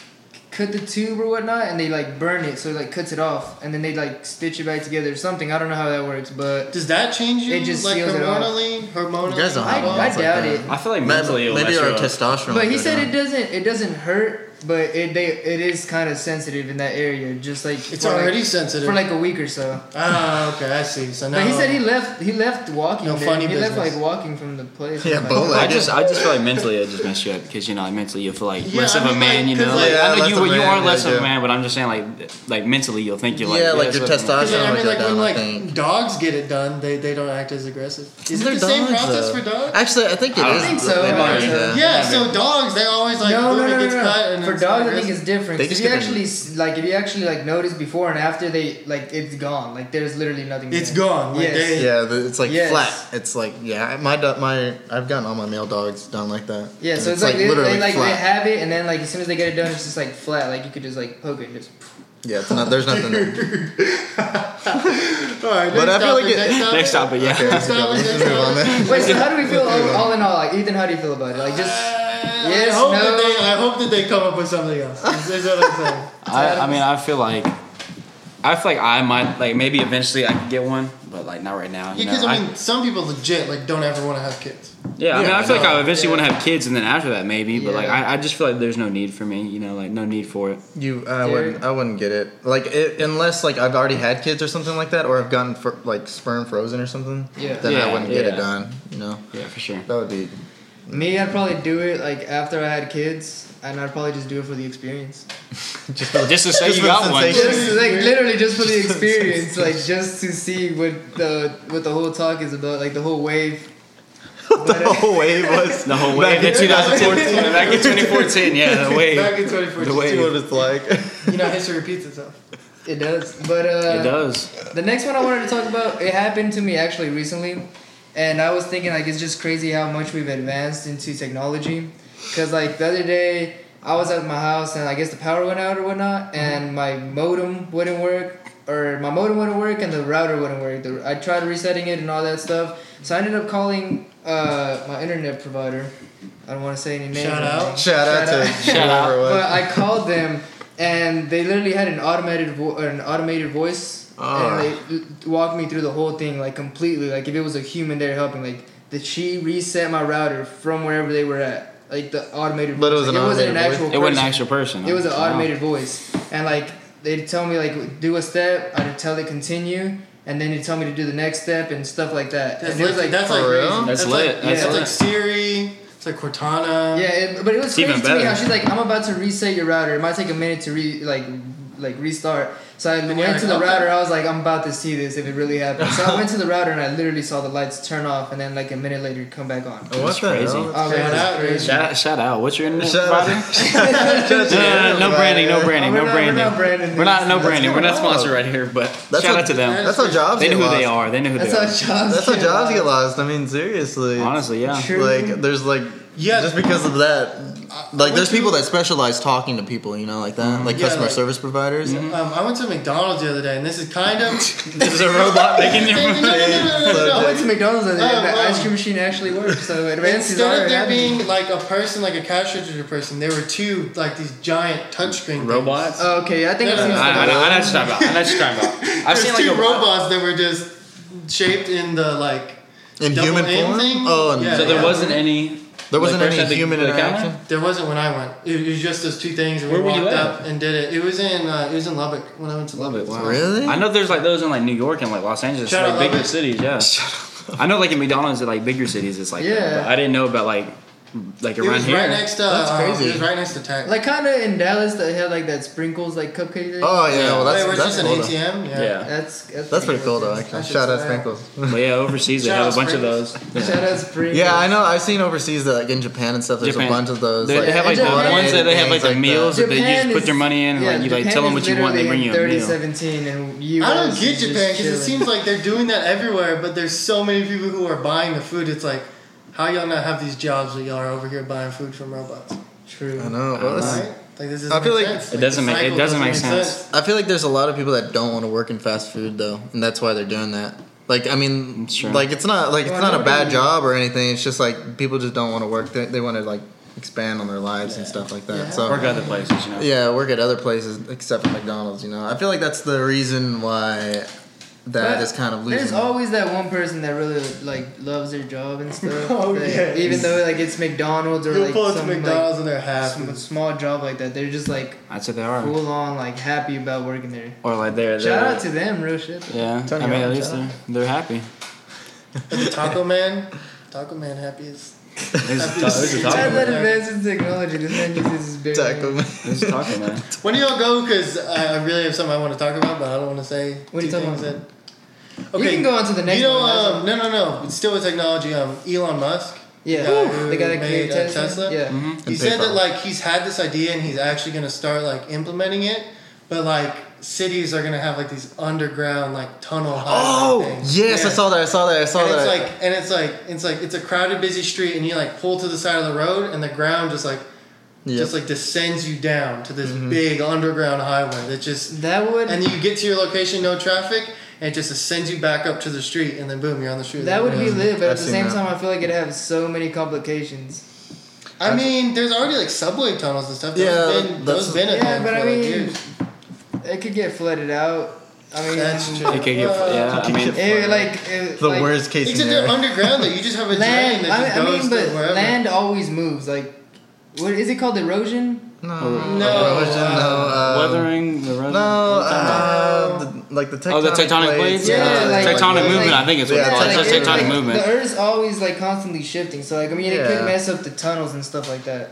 Speaker 1: cut the tube or whatnot, and they like burn it, so it like cuts it off, and then they like stitch it back together or something. I don't know how that works, but
Speaker 2: Does that change you?
Speaker 1: It just
Speaker 2: like
Speaker 1: seals it off.
Speaker 2: hormonally, hormonally.
Speaker 3: You guys don't
Speaker 1: I,
Speaker 3: have
Speaker 1: I
Speaker 3: hormones like
Speaker 1: doubt
Speaker 3: that.
Speaker 1: it.
Speaker 4: I feel like mentally it'll
Speaker 3: maybe
Speaker 4: mess
Speaker 3: our
Speaker 4: you up.
Speaker 3: testosterone.
Speaker 1: But
Speaker 3: will
Speaker 1: he
Speaker 3: go
Speaker 1: said
Speaker 3: down.
Speaker 1: it doesn't. It doesn't hurt, but it they it is kind of sensitive in that area. Just like
Speaker 2: It's
Speaker 1: for like-
Speaker 2: already sensitive.
Speaker 1: for like a week or so.
Speaker 2: oh, okay, I see. So now
Speaker 1: But he said he left. He left walking.
Speaker 2: No
Speaker 1: there.
Speaker 2: funny
Speaker 1: He left
Speaker 2: business.
Speaker 1: like walking from the place.
Speaker 3: Yeah,
Speaker 1: Like,
Speaker 3: both.
Speaker 4: I just, I just feel like mentally it just messed you up because you know, like mentally you'll feel like
Speaker 2: Yeah,
Speaker 4: less
Speaker 2: I
Speaker 4: of a
Speaker 2: mean,
Speaker 4: man.
Speaker 2: like,
Speaker 4: you know,
Speaker 2: 'cause,
Speaker 4: like,
Speaker 3: like,
Speaker 4: I know
Speaker 3: less
Speaker 4: you,
Speaker 3: of a
Speaker 4: you
Speaker 3: man,
Speaker 4: are less
Speaker 3: yeah,
Speaker 4: of a
Speaker 3: yeah.
Speaker 4: man, but I'm just saying, like, like mentally you'll think you're like,
Speaker 3: Yeah, like
Speaker 4: that's
Speaker 3: your
Speaker 4: what-
Speaker 3: testosterone.
Speaker 2: Yeah, I mean,
Speaker 3: will go
Speaker 2: like
Speaker 3: down,
Speaker 2: when
Speaker 3: I
Speaker 2: like
Speaker 3: think.
Speaker 2: dogs get it done, they, they don't act as aggressive. Is it
Speaker 3: They're
Speaker 2: the same
Speaker 3: dogs,
Speaker 2: process
Speaker 3: though.
Speaker 2: for dogs? Uh,
Speaker 3: Actually, I think it is.
Speaker 4: I don't
Speaker 1: think so.
Speaker 3: They
Speaker 1: I
Speaker 3: might,
Speaker 1: think so.
Speaker 3: yeah.
Speaker 2: yeah, so dogs they always like
Speaker 1: no, no,
Speaker 2: boom,
Speaker 1: no,
Speaker 2: it
Speaker 1: no,
Speaker 2: gets cut
Speaker 1: no.
Speaker 2: and
Speaker 1: For
Speaker 2: it's
Speaker 1: dogs, I
Speaker 2: aggressive.
Speaker 1: think it's different.
Speaker 3: They
Speaker 1: 'Cause
Speaker 3: just
Speaker 1: If you
Speaker 3: get a-
Speaker 1: actually s- like, if you actually like notice before and after, they like it's gone. Like there's literally nothing.
Speaker 2: It's
Speaker 1: there.
Speaker 2: gone. Like,
Speaker 1: Yes.
Speaker 2: they-
Speaker 3: Yeah, the- it's like
Speaker 1: Yes.
Speaker 3: flat. It's like yeah, my do- my I've gotten all my male dogs done like that.
Speaker 1: Yeah,
Speaker 3: And
Speaker 1: so it's, like, they,
Speaker 3: literally
Speaker 1: they like they
Speaker 3: flat.
Speaker 1: have it, and then like as soon as they get it done, it's just like flat. Like you could just like poke it. And just
Speaker 3: yeah, it's not, there's nothing there.
Speaker 2: All right,
Speaker 3: But
Speaker 2: next
Speaker 3: I feel like
Speaker 2: topic,
Speaker 3: it-
Speaker 4: Next topic, yeah.
Speaker 3: Okay, let's
Speaker 2: That
Speaker 3: go.
Speaker 2: was
Speaker 3: Let's
Speaker 2: it.
Speaker 3: move on then.
Speaker 1: wait. So how do we feel all, all in all? Like Ethan, how do you feel about it? Like just
Speaker 2: Uh,
Speaker 1: Yes,
Speaker 2: I hope
Speaker 1: no.
Speaker 2: that they I hope that they come up with something else. Is, is what I'm saying.
Speaker 4: I, I mean, I feel like, I feel like I might, like, maybe eventually I could get one, but like not right now. You
Speaker 2: Because
Speaker 4: know?
Speaker 2: I mean, some people legit like don't ever want to have kids.
Speaker 4: Yeah, I mean,
Speaker 3: Yeah,
Speaker 4: I feel
Speaker 3: I
Speaker 4: like I
Speaker 3: know.
Speaker 4: eventually want to have kids, and then after that, maybe. But like,
Speaker 1: Yeah.
Speaker 4: I, I just feel like there's no need for me. You know, like no need for it.
Speaker 3: You, I
Speaker 1: Dude.
Speaker 3: wouldn't, I wouldn't get it. Like, it, unless like I've already had kids or something like that, or I've gotten fr- like sperm frozen or something.
Speaker 1: Yeah.
Speaker 3: Then I
Speaker 4: Yeah,
Speaker 3: wouldn't get
Speaker 4: yeah.
Speaker 3: it done. You know,
Speaker 4: Yeah, for sure.
Speaker 3: that would be.
Speaker 1: Me, I'd probably do it like after I had kids, and I'd probably just do it for the experience.
Speaker 3: Just for the-
Speaker 4: Just to say
Speaker 3: Just
Speaker 4: you
Speaker 3: for the
Speaker 4: got one.
Speaker 3: sensation.
Speaker 1: Just like literally just for the experience, like just to see what the what the whole talk is about, like the whole wave. But,
Speaker 3: the
Speaker 1: uh,
Speaker 3: whole wave was
Speaker 4: The whole way.
Speaker 3: Back in
Speaker 4: The 2014. back in 2014. Yeah, the wave.
Speaker 2: Back in 2014,
Speaker 4: The wave.
Speaker 3: See what it's like.
Speaker 2: you know, history repeats itself.
Speaker 1: it does, but uh,
Speaker 4: It does.
Speaker 1: the next one I wanted to talk about, it happened to me actually recently, and I was thinking like it's just crazy how much we've advanced into technology, because like the other day I was at my house and I guess the power went out or whatnot,
Speaker 2: Mm-hmm.
Speaker 1: and my modem wouldn't work, or my modem wouldn't work and the router wouldn't work. The, I tried resetting it and all that stuff, so I ended up calling uh, my internet provider. I don't want to say any names.
Speaker 2: Shout
Speaker 1: or
Speaker 2: out.
Speaker 1: anything.
Speaker 3: Shout out to
Speaker 4: Shout out.
Speaker 3: whoever it was.
Speaker 1: But I called them, and they literally had an automated vo- an automated voice,
Speaker 3: Ah.
Speaker 1: and they l- walked me through the whole thing like completely, like if it was a human there helping, like that she reset my router from wherever they were at, like the automated.
Speaker 3: But it
Speaker 1: voice.
Speaker 3: was
Speaker 1: Like,
Speaker 3: an
Speaker 1: wasn't
Speaker 3: automated
Speaker 1: actual.
Speaker 3: voice?
Speaker 4: It wasn't
Speaker 1: person.
Speaker 4: an actual person.
Speaker 1: It was an
Speaker 4: Wow.
Speaker 1: automated voice, and like they'd tell me like do a step, I'd tell it continue, and then they'd tell me to do the next step and stuff like that.
Speaker 2: That's
Speaker 1: and it was
Speaker 2: like
Speaker 1: like
Speaker 2: that's
Speaker 3: for
Speaker 2: like
Speaker 3: real?
Speaker 2: crazy.
Speaker 4: That's lit.
Speaker 2: Like,
Speaker 1: That's
Speaker 2: yeah,
Speaker 4: lit.
Speaker 2: it's like Siri. It's like Cortana.
Speaker 1: Yeah, it, but it was
Speaker 4: It's
Speaker 1: crazy
Speaker 4: even
Speaker 1: to me
Speaker 4: better.
Speaker 1: how she's like, I'm about to reset your router. It might take a minute to re like like restart. So I
Speaker 2: you're
Speaker 1: went
Speaker 2: like, "Oh,
Speaker 1: to the
Speaker 2: okay.
Speaker 1: router. I was like, I'm about to see this if it really happens. So I went to the router and I literally saw the lights turn off and then like a minute later come back on.
Speaker 3: Oh,
Speaker 4: That's
Speaker 3: what the
Speaker 4: crazy.
Speaker 3: hell?
Speaker 1: I was like,
Speaker 2: Shout
Speaker 1: "This is
Speaker 2: out,
Speaker 1: crazy."
Speaker 4: Shout, shout out. What's your internet
Speaker 3: Shout out.
Speaker 4: provider?
Speaker 3: Shout out to
Speaker 4: No, no, no, no
Speaker 3: everybody.
Speaker 4: branding. No branding.
Speaker 1: Oh,
Speaker 4: No
Speaker 1: We're not- we're not
Speaker 4: branding.
Speaker 1: branding
Speaker 4: We're not.
Speaker 1: this.
Speaker 4: No
Speaker 1: That's
Speaker 4: branding. We're not
Speaker 3: going on.
Speaker 4: sponsored right here. But
Speaker 3: That's
Speaker 4: shout
Speaker 3: what-
Speaker 4: out to them.
Speaker 3: That's how jobs
Speaker 4: They
Speaker 3: get
Speaker 4: know who
Speaker 3: lost.
Speaker 4: they are. They know who they
Speaker 1: That's how
Speaker 4: are.
Speaker 1: jobs.
Speaker 3: That's how
Speaker 1: get
Speaker 3: jobs
Speaker 1: lost.
Speaker 3: get lost. I mean, seriously.
Speaker 4: Honestly, yeah.
Speaker 1: True.
Speaker 3: Like, there's like,
Speaker 2: Yeah. Uh,
Speaker 3: just because of that, like
Speaker 2: went
Speaker 3: there's
Speaker 2: to-
Speaker 3: people that specialize talking to people, you know, like
Speaker 4: Mm-hmm.
Speaker 3: that, like
Speaker 2: Yeah,
Speaker 3: customer
Speaker 2: like-
Speaker 3: service providers.
Speaker 2: Um, I went to McDonald's the other day, and this is kind of.
Speaker 3: This is a robot
Speaker 2: no,
Speaker 3: making
Speaker 2: no, no, no, no, no,
Speaker 1: I
Speaker 2: no.
Speaker 1: went to McDonald's and the
Speaker 2: Oh,
Speaker 1: the
Speaker 2: wow.
Speaker 1: ice cream machine actually works. So advances
Speaker 2: Instead
Speaker 1: are
Speaker 2: of there
Speaker 1: happening.
Speaker 2: being like a person, like a cash register person, there were two like these giant touchscreen things.
Speaker 4: robots.
Speaker 1: Oh, okay, I think I've seen
Speaker 2: No, no,
Speaker 4: I,
Speaker 1: some
Speaker 4: I,
Speaker 1: of
Speaker 4: know,
Speaker 1: those.
Speaker 4: I know what you're talking about. I know what you're talking about. I've
Speaker 2: There's
Speaker 4: seen like
Speaker 2: two
Speaker 4: a
Speaker 2: robots that were just shaped in the like.
Speaker 3: in
Speaker 2: Double
Speaker 3: human
Speaker 2: aim
Speaker 3: form.
Speaker 2: thing?
Speaker 3: Oh, and
Speaker 2: Yeah.
Speaker 4: So there wasn't any.
Speaker 3: there wasn't
Speaker 4: like, person at
Speaker 3: any
Speaker 4: the-
Speaker 3: human
Speaker 4: the counter?
Speaker 3: interaction.
Speaker 2: There wasn't when I went. It was just those two things. And we
Speaker 4: Where were
Speaker 2: walked
Speaker 4: you at?
Speaker 2: up and did it. It was in uh, it was in Lubbock when I went to Lubbock.
Speaker 4: Wow.
Speaker 3: Really?
Speaker 4: I know there's like those in like New York and like Los Angeles,
Speaker 2: Shout out
Speaker 4: like bigger
Speaker 2: Lubbock.
Speaker 4: cities. Yeah. I know like in McDonald's at like bigger cities, it's like that,
Speaker 1: Yeah.
Speaker 4: but I didn't know about like like
Speaker 2: It
Speaker 4: around
Speaker 2: was
Speaker 4: here.
Speaker 2: right next to.
Speaker 3: That's
Speaker 2: uh,
Speaker 3: crazy.
Speaker 2: It was right next to Tech.
Speaker 1: Like kind of in Dallas, they had like that sprinkles like cupcake. Thing.
Speaker 3: Oh yeah, well
Speaker 2: Wait,
Speaker 3: that's
Speaker 2: where it's
Speaker 3: that's
Speaker 2: just
Speaker 3: cool.
Speaker 2: an ATM.
Speaker 3: Though.
Speaker 2: Yeah.
Speaker 4: yeah.
Speaker 1: that's that's,
Speaker 3: That's pretty cool though.
Speaker 2: I
Speaker 3: Actually,
Speaker 2: should
Speaker 3: shout out
Speaker 2: try it.
Speaker 3: Sprinkles.
Speaker 4: But yeah, overseas they
Speaker 2: Shout
Speaker 4: have
Speaker 2: out
Speaker 4: a bunch of
Speaker 2: Springs.
Speaker 4: those.
Speaker 1: Shout out Sprinkles.
Speaker 3: Yeah, I know. I've seen overseas that like in Japan and stuff. There's
Speaker 4: Japan.
Speaker 3: a bunch of those.
Speaker 4: They, they have like the
Speaker 1: Japan-
Speaker 4: ones that they have like
Speaker 3: things
Speaker 4: the
Speaker 3: that.
Speaker 4: meals that they you
Speaker 1: Japan
Speaker 4: just put their
Speaker 1: is-
Speaker 4: money in and
Speaker 1: yeah,
Speaker 4: like you like
Speaker 1: Japan
Speaker 4: tell them
Speaker 1: is
Speaker 4: what you want, they bring
Speaker 1: literally
Speaker 4: you
Speaker 1: in
Speaker 4: a meal.
Speaker 1: 3017 and you.
Speaker 2: I don't
Speaker 1: guys
Speaker 2: get
Speaker 1: is just
Speaker 2: Japan because it
Speaker 1: chilling.
Speaker 2: seems like they're doing that everywhere, but there's so many people who are buying the food. It's like, how y'all not have these jobs that y'all are over here buying food from robots?
Speaker 1: true.
Speaker 3: I know. Well, that's-
Speaker 2: Right? Like this doesn't
Speaker 3: I feel
Speaker 2: make
Speaker 3: like-
Speaker 2: sense.
Speaker 4: It doesn't
Speaker 2: the
Speaker 4: make- it
Speaker 2: cycle
Speaker 4: doesn't make sense.
Speaker 3: I feel like there's a lot of people that don't want to work in fast food though, and that's why they're doing that. Like I mean,
Speaker 4: That's true.
Speaker 3: like it's not like it's
Speaker 1: Well,
Speaker 3: not a bad
Speaker 1: nobody-
Speaker 3: job or anything. It's just like people just don't want to work. They, they want to like expand on their lives and stuff like that.
Speaker 2: Yeah.
Speaker 3: So
Speaker 4: Work other places, you know.
Speaker 3: yeah, work at other places except for McDonald's. You know, I feel like that's the reason why that
Speaker 1: But
Speaker 3: is kind of
Speaker 1: There's
Speaker 3: losing.
Speaker 1: always that one person that really like loves their job and stuff.
Speaker 2: Oh,
Speaker 1: Like,
Speaker 2: yeah.
Speaker 1: Even though like it's McDonald's or
Speaker 2: You'll
Speaker 1: like
Speaker 2: pull up to
Speaker 1: some
Speaker 2: McDonald's and they're
Speaker 1: like
Speaker 2: happy.
Speaker 1: sm- small job like that, they're just like
Speaker 4: I'd say they are.
Speaker 1: full on like happy about working there.
Speaker 4: Or like they're, they're
Speaker 1: Shout out to them, real shit.
Speaker 4: Yeah.
Speaker 3: Turn
Speaker 4: I mean
Speaker 3: your
Speaker 4: at
Speaker 3: own
Speaker 4: least
Speaker 3: shout
Speaker 4: they're, they're happy.
Speaker 2: Taco Man, Taco Man happiest.
Speaker 4: There's a ta- there's a
Speaker 1: Try
Speaker 4: taco
Speaker 1: that
Speaker 4: man.
Speaker 1: advance in technology. This man just is very.
Speaker 3: Taco Man.
Speaker 4: There's a taco man.
Speaker 2: When do y'all go? Because I I really have something I want to talk about, but I don't want to say
Speaker 1: What are
Speaker 2: two
Speaker 1: you talking
Speaker 2: things that.
Speaker 1: You can go on to the next
Speaker 2: You know,
Speaker 1: one. That's-
Speaker 2: um, no, no, no. It's still with technology. Um, Elon Musk.
Speaker 1: Yeah,
Speaker 2: the guy
Speaker 1: the guy
Speaker 2: who
Speaker 1: that created
Speaker 2: made, uh,
Speaker 1: Tesla.
Speaker 2: Tesla?
Speaker 1: Yeah,
Speaker 4: Hmm?
Speaker 2: He
Speaker 3: And
Speaker 2: said
Speaker 3: PayPal.
Speaker 2: that like he's had this idea and he's actually gonna start like implementing it, but like cities are gonna have like these underground like tunnel. highway
Speaker 3: Oh
Speaker 2: things.
Speaker 3: yes, I
Speaker 2: Yeah.
Speaker 3: saw that. I saw that. I saw
Speaker 2: And
Speaker 3: that.
Speaker 2: it's like and it's like it's like it's a crowded, busy street, and you like pull to the side of the road, and the ground just like
Speaker 3: Yep. Mm-hmm.
Speaker 2: just like descends you down to this big underground highway that just
Speaker 1: that would
Speaker 2: and you get to your location, no traffic, and it just ascends you back up to the street, and then boom, you're on the street.
Speaker 1: that would be
Speaker 3: Yeah,
Speaker 1: lit, but
Speaker 3: I've
Speaker 1: at the
Speaker 3: seen
Speaker 1: same
Speaker 3: that.
Speaker 1: time, I feel like it has so many complications.
Speaker 2: I mean, there's already like subway tunnels and stuff. Those
Speaker 3: Yeah,
Speaker 2: yeah, been,
Speaker 3: that's-
Speaker 2: those been a
Speaker 1: Yeah,
Speaker 2: thing
Speaker 1: but
Speaker 2: for
Speaker 1: I
Speaker 2: like
Speaker 1: mean,
Speaker 2: years.
Speaker 1: it could get flooded out. I mean,
Speaker 2: That's true.
Speaker 4: It could get
Speaker 2: Uh,
Speaker 4: yeah, I mean
Speaker 1: It, like it,
Speaker 3: the
Speaker 1: like,
Speaker 3: worst case
Speaker 2: Except they're
Speaker 3: scenario.
Speaker 2: underground though. You just have a
Speaker 1: Land,
Speaker 2: drain that just
Speaker 1: I mean,
Speaker 2: goes
Speaker 1: I mean
Speaker 2: to
Speaker 1: but
Speaker 2: wherever.
Speaker 1: land always moves. Like, what is it called? Erosion.
Speaker 3: no,
Speaker 2: No,
Speaker 3: erosion,
Speaker 2: uh,
Speaker 3: no, um,
Speaker 4: weathering the road.
Speaker 3: No, uh, the, like the tectonic
Speaker 4: Oh, the tectonic plates?
Speaker 1: Yeah,
Speaker 3: uh,
Speaker 1: like-
Speaker 4: tectonic
Speaker 1: like-
Speaker 4: movement, I think it's what
Speaker 3: Yeah,
Speaker 4: it's called.
Speaker 3: like,
Speaker 4: It's just
Speaker 1: it-
Speaker 3: it's
Speaker 4: tectonic
Speaker 1: like,
Speaker 4: movement.
Speaker 1: The Earth's always like constantly shifting. So like, I mean, it
Speaker 3: Yeah.
Speaker 1: could mess up the tunnels and stuff like that.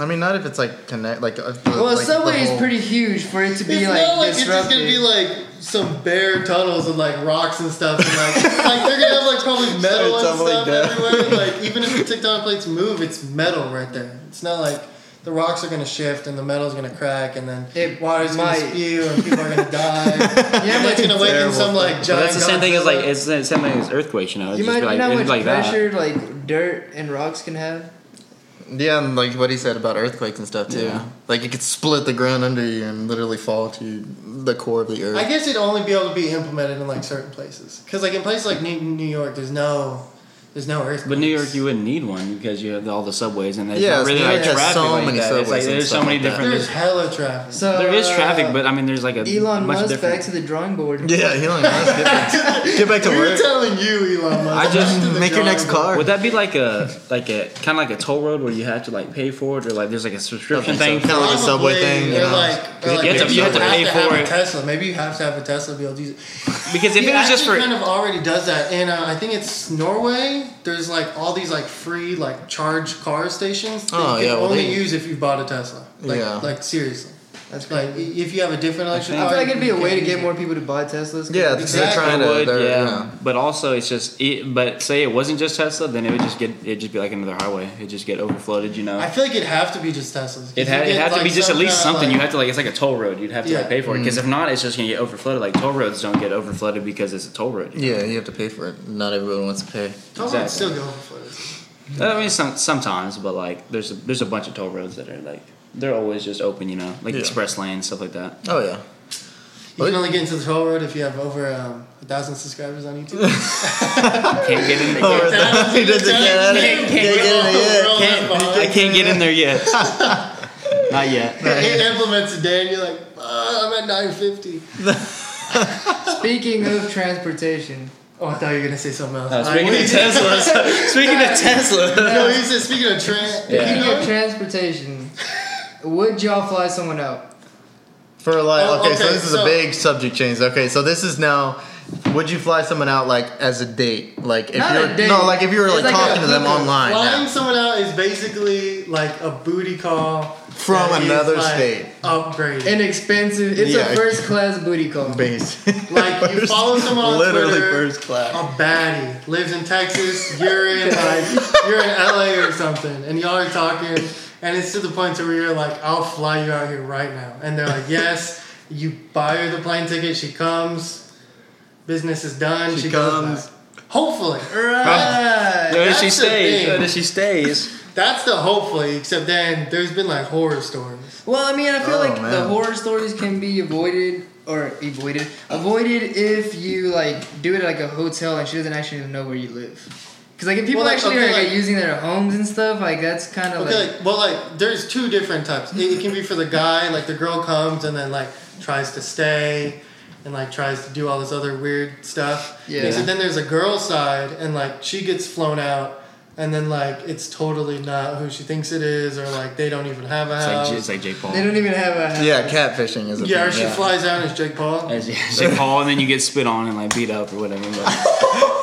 Speaker 3: I mean, not if it's like connect, like. uh, the-
Speaker 1: Well,
Speaker 3: like the
Speaker 1: subway is
Speaker 3: whole-
Speaker 1: pretty huge for it to be
Speaker 2: It's
Speaker 1: like
Speaker 2: not like it's just
Speaker 1: disrupted.
Speaker 2: gonna be like some bare tunnels and like rocks and stuff. And, like, like they're gonna have like probably metal and
Speaker 3: tumbling
Speaker 2: stuff
Speaker 3: down.
Speaker 2: everywhere. Like even if the tectonic plates move, it's metal right there. It's not like the rocks are gonna shift and the metal's gonna crack and then
Speaker 1: It
Speaker 2: water's
Speaker 1: might.
Speaker 2: gonna spew and people are gonna die.
Speaker 1: yeah,
Speaker 2: and
Speaker 1: but
Speaker 2: it's gonna
Speaker 3: Terrible
Speaker 2: awaken some like giant.
Speaker 4: But that's the same thing as like
Speaker 2: Godzilla.
Speaker 4: it's the same thing as earthquakes, you know. It's
Speaker 1: you
Speaker 4: just
Speaker 1: might
Speaker 4: be like,
Speaker 1: you know how
Speaker 4: it'd
Speaker 1: much
Speaker 4: be like that.
Speaker 1: pressure like dirt and rocks can have.
Speaker 3: Yeah, and like what he said about earthquakes and stuff too.
Speaker 4: Yeah.
Speaker 3: Like it could split the ground under you and literally fall to the core of the earth.
Speaker 2: I guess it'd only be able to be implemented in like certain places. Cause like in places like New, New York, there's no, there's no earthquakes.
Speaker 4: But New York, you wouldn't need one because you have all the subways and there's
Speaker 3: Yeah,
Speaker 4: not really
Speaker 3: New
Speaker 4: like
Speaker 3: York has
Speaker 4: traffic
Speaker 3: so
Speaker 4: like
Speaker 3: many
Speaker 4: that. It's
Speaker 3: subways
Speaker 4: like
Speaker 3: and
Speaker 4: there's so
Speaker 3: stuff
Speaker 4: many
Speaker 3: like that.
Speaker 4: different.
Speaker 2: there's hella traffic.
Speaker 1: So
Speaker 4: there is
Speaker 1: uh,
Speaker 4: traffic, but I mean, there's like a
Speaker 1: Elon
Speaker 4: bunch of
Speaker 1: Musk
Speaker 4: different.
Speaker 1: back to the drawing board.
Speaker 3: yeah, he only asked, get back, get back to
Speaker 2: we were
Speaker 3: work.
Speaker 2: telling you, Elon Musk.
Speaker 4: I just-
Speaker 2: to the
Speaker 3: Make your next
Speaker 2: drawing board.
Speaker 3: car.
Speaker 4: Would that be like a like a kind of like a toll road where you have to like pay for it or like there's like a subscription thing?
Speaker 3: so. Kinda like a subway thing, you
Speaker 2: They're
Speaker 3: know?
Speaker 2: like, they're
Speaker 4: You
Speaker 2: like,
Speaker 4: have to-
Speaker 2: maybe
Speaker 4: you have to pay
Speaker 2: have
Speaker 4: for
Speaker 2: a
Speaker 4: it.
Speaker 2: Tesla. Maybe you have to have a Tesla to be able to use it.
Speaker 4: Because if
Speaker 2: He
Speaker 4: it was just
Speaker 2: actually
Speaker 4: for
Speaker 2: kind of already does that, and uh, I think it's Norway. There's like all these like free like charge car stations. That
Speaker 3: Oh,
Speaker 2: you can
Speaker 3: yeah, well,
Speaker 2: only
Speaker 3: they-
Speaker 2: use if you bought a Tesla. Like,
Speaker 3: Yeah.
Speaker 2: like seriously,
Speaker 1: That's
Speaker 2: like i-
Speaker 1: crazy.
Speaker 2: if you have a different electric.
Speaker 1: I
Speaker 2: car,
Speaker 1: feel like it'd be
Speaker 2: you
Speaker 1: a way to
Speaker 2: can't use
Speaker 1: get
Speaker 2: it.
Speaker 1: more people to buy Teslas. 'cause
Speaker 3: Yeah,
Speaker 1: it's-
Speaker 3: they're
Speaker 2: Exactly.
Speaker 3: trying
Speaker 4: it would,
Speaker 3: to. They're,
Speaker 4: yeah.
Speaker 3: yeah.
Speaker 4: But also, it's just. It, but say it wasn't just Tesla, then it would just get. It'd just be like another highway. It'd just get overflooded, you know.
Speaker 2: I feel like it'd have to be just Teslas.
Speaker 4: It had, it had to be just at least something. you
Speaker 2: have.
Speaker 4: have to like it's like a toll road. You'd have to
Speaker 2: Yeah.
Speaker 4: like pay for it because if not, it's just gonna get overflooded. Like toll roads don't get overflooded because it's a toll road.
Speaker 3: Yeah, you have to pay for it. Not everyone wants to pay.
Speaker 2: Tell them
Speaker 4: Exactly.
Speaker 2: still go for it.
Speaker 4: I mean, some, sometimes, but like there's a, there's a bunch of toll roads that are like they're always just open, you know, like
Speaker 3: Yeah.
Speaker 4: express lanes, stuff like that.
Speaker 3: Oh yeah.
Speaker 2: You can only get into the toll road if you have over um, a thousand subscribers on YouTube.
Speaker 4: Can't get in. There.
Speaker 3: Oh,
Speaker 4: yet.
Speaker 2: That's-
Speaker 3: he doesn't get it.
Speaker 2: Can't-
Speaker 3: Can't get
Speaker 2: can't-
Speaker 3: it. yet.
Speaker 2: can't-
Speaker 4: I can't get in there yet. Not yet.
Speaker 2: It implements a day, and you're like, "Uh, I'm at 950.
Speaker 1: Speaking of transportation,
Speaker 2: Oh, I thought you were gonna say something else.
Speaker 4: Uh, speaking
Speaker 2: Alright,
Speaker 4: of
Speaker 2: what did you say?
Speaker 4: Tesla, speaking of Tesla,
Speaker 2: No, you said speaking of trans.
Speaker 4: Yeah.
Speaker 1: speaking of transportation, would y'all fly someone out?
Speaker 3: For like,
Speaker 2: Oh,
Speaker 3: okay, so
Speaker 2: okay,
Speaker 3: this is
Speaker 2: so-
Speaker 3: a big subject change. Okay, so this is now. Would you fly someone out like as a date? Like if
Speaker 1: Not a
Speaker 3: you're
Speaker 1: date.
Speaker 3: no, like if you were
Speaker 1: It's
Speaker 3: like,
Speaker 1: like a
Speaker 3: talking to them
Speaker 1: hookup.
Speaker 3: online
Speaker 2: Flying
Speaker 3: now.
Speaker 2: someone out is basically like a booty call
Speaker 3: From
Speaker 2: that is,
Speaker 3: another
Speaker 2: like,
Speaker 3: state.
Speaker 2: Upgraded.
Speaker 1: Inexpensive. It's
Speaker 3: Yeah.
Speaker 1: a first class booty call.
Speaker 3: Base.
Speaker 2: Like you follow someone on
Speaker 3: literally
Speaker 2: Twitter, Um,
Speaker 3: first class.
Speaker 2: A baddie lives in Texas. You're in like you're in LA or something, and y'all are talking, and it's to the point to where you're like, "I'll fly you out here right now," and they're like, "Yes." You buy her the plane ticket. She comes. Business is done. She,
Speaker 3: She
Speaker 2: comes.
Speaker 3: comes.
Speaker 2: Hopefully,
Speaker 1: Right.
Speaker 4: notice she
Speaker 2: That's the
Speaker 4: stays.
Speaker 2: thing.
Speaker 4: Notice she stays.
Speaker 2: that's the hopefully. Except then, there's been like horror stories.
Speaker 1: Well, I mean, I feel
Speaker 3: Oh,
Speaker 1: like the
Speaker 3: man.
Speaker 1: horror stories can be avoided or avoided avoided if you like do it at like a hotel and she doesn't actually even know where you live. Cause like if people
Speaker 2: Well, like,
Speaker 1: actually
Speaker 2: okay,
Speaker 1: are like,
Speaker 2: like-
Speaker 1: using their homes and stuff, like that's kind of
Speaker 2: Okay,
Speaker 1: like
Speaker 2: like, well, like there's two different types. It, it can be for the guy, like the girl comes and then like tries to stay, and like tries to do all this other weird stuff.
Speaker 1: Yeah.
Speaker 2: So then there's a girl side, and like she gets flown out, and then like it's totally not who she thinks it is, or like they don't even have a
Speaker 4: It's like,
Speaker 2: house.
Speaker 4: J- it's like Jake Paul.
Speaker 1: they don't even have a
Speaker 3: yeah, catfishing is a
Speaker 2: yeah, or
Speaker 3: thing,
Speaker 2: she flies out as Jake Paul.
Speaker 4: As- as Jake Paul, and then you get spit on and like beat up or whatever. But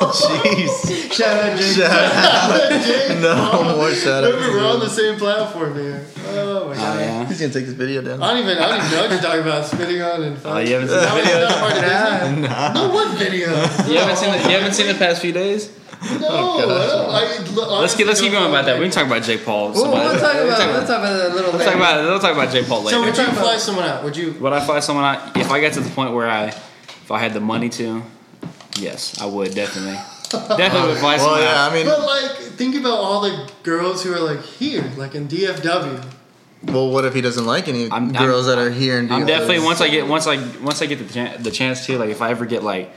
Speaker 3: Jeez.
Speaker 1: shout out Jake.
Speaker 3: Shut up.
Speaker 2: Jake
Speaker 3: No more shut up.
Speaker 2: Remember, we're on the same platform here. Oh my god.
Speaker 4: oh yeah.
Speaker 3: He's gonna take this video down.
Speaker 2: I don't even. I don't even know what you're talking about. Spitting on and.
Speaker 4: Oh, you haven't seen
Speaker 2: That
Speaker 4: the
Speaker 2: was
Speaker 4: video.
Speaker 2: not part of Disney?
Speaker 1: Yeah.
Speaker 2: No, Oh, what video?
Speaker 4: You haven't seen the, you haven't seen the past few days.
Speaker 2: No, I, I,
Speaker 4: Oh, Let's get let's keep going about that. We
Speaker 2: We
Speaker 4: can talk about Jake Paul.
Speaker 1: Well,
Speaker 4: some
Speaker 1: we'll
Speaker 4: other-
Speaker 1: talk about
Speaker 4: we'll talk
Speaker 1: we'll
Speaker 4: about-
Speaker 1: talk about that a little
Speaker 4: we'll talk
Speaker 1: later.
Speaker 4: about we'll talk about Jake Paul
Speaker 2: so
Speaker 4: later.
Speaker 2: would you fly someone out? Would you?
Speaker 4: Would I fly someone out if I got to the point where I, if I had the money to? Yes, I would definitely. Definitely would fly someone
Speaker 3: Well, yeah,
Speaker 4: out.
Speaker 3: I mean,
Speaker 2: But like, think about all the girls who are like here, like in DFW.
Speaker 3: well, what if he doesn't like any
Speaker 4: I'm-
Speaker 3: girls that are here? And
Speaker 4: I'm definitely once I get once I once I get the chan the chance to like if I ever get like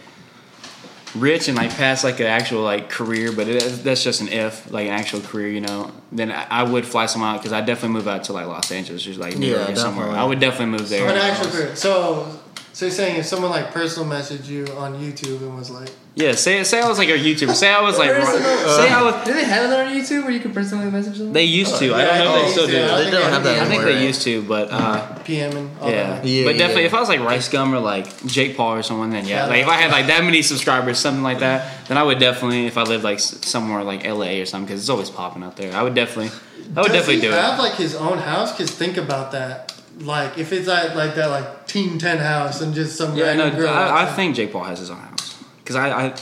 Speaker 4: rich and like past like an actual like career, but it, that's just an if like an actual career, you know. Then I, I would fly someone out because I definitely move out to like Los Angeles, just like New
Speaker 3: Yeah,
Speaker 4: York or somewhere.
Speaker 3: definitely.
Speaker 4: I would definitely move there.
Speaker 2: An actual career. So, so you're saying if someone like personal messaged you on YouTube and was like,
Speaker 4: Yeah, say say I was like a YouTuber. Say I was like
Speaker 1: Personal-
Speaker 4: say I was.
Speaker 1: Do they have that on YouTube where you can personally message them?
Speaker 4: They used to. I
Speaker 2: yeah,
Speaker 4: don't know if they
Speaker 2: think
Speaker 4: still
Speaker 2: so.
Speaker 4: do.
Speaker 2: I
Speaker 4: that.
Speaker 3: They
Speaker 2: think
Speaker 3: don't have that
Speaker 4: I
Speaker 2: everybody-
Speaker 4: think
Speaker 3: Right.
Speaker 4: they used to, but uh,
Speaker 2: PM and all
Speaker 4: yeah.
Speaker 2: that.
Speaker 3: Yeah,
Speaker 4: But definitely,
Speaker 3: yeah.
Speaker 4: if I was like Rice Gum or like Jake Paul or someone, then yeah.
Speaker 2: Yeah,
Speaker 4: Like if I had
Speaker 2: yeah.
Speaker 4: like that many subscribers, something like that, then I would definitely, if I lived like s- somewhere like LA or something, because it's always popping out there. I would definitely, I would
Speaker 2: Does
Speaker 4: definitely
Speaker 2: he
Speaker 4: do it.
Speaker 2: have like his own house? Because think about that. Like if it's at like that like Team Ten house and just some
Speaker 4: Yeah,
Speaker 2: random
Speaker 4: no,
Speaker 2: girl.
Speaker 4: I, I
Speaker 2: outside.
Speaker 4: think Jake Paul has his own house because I, I, I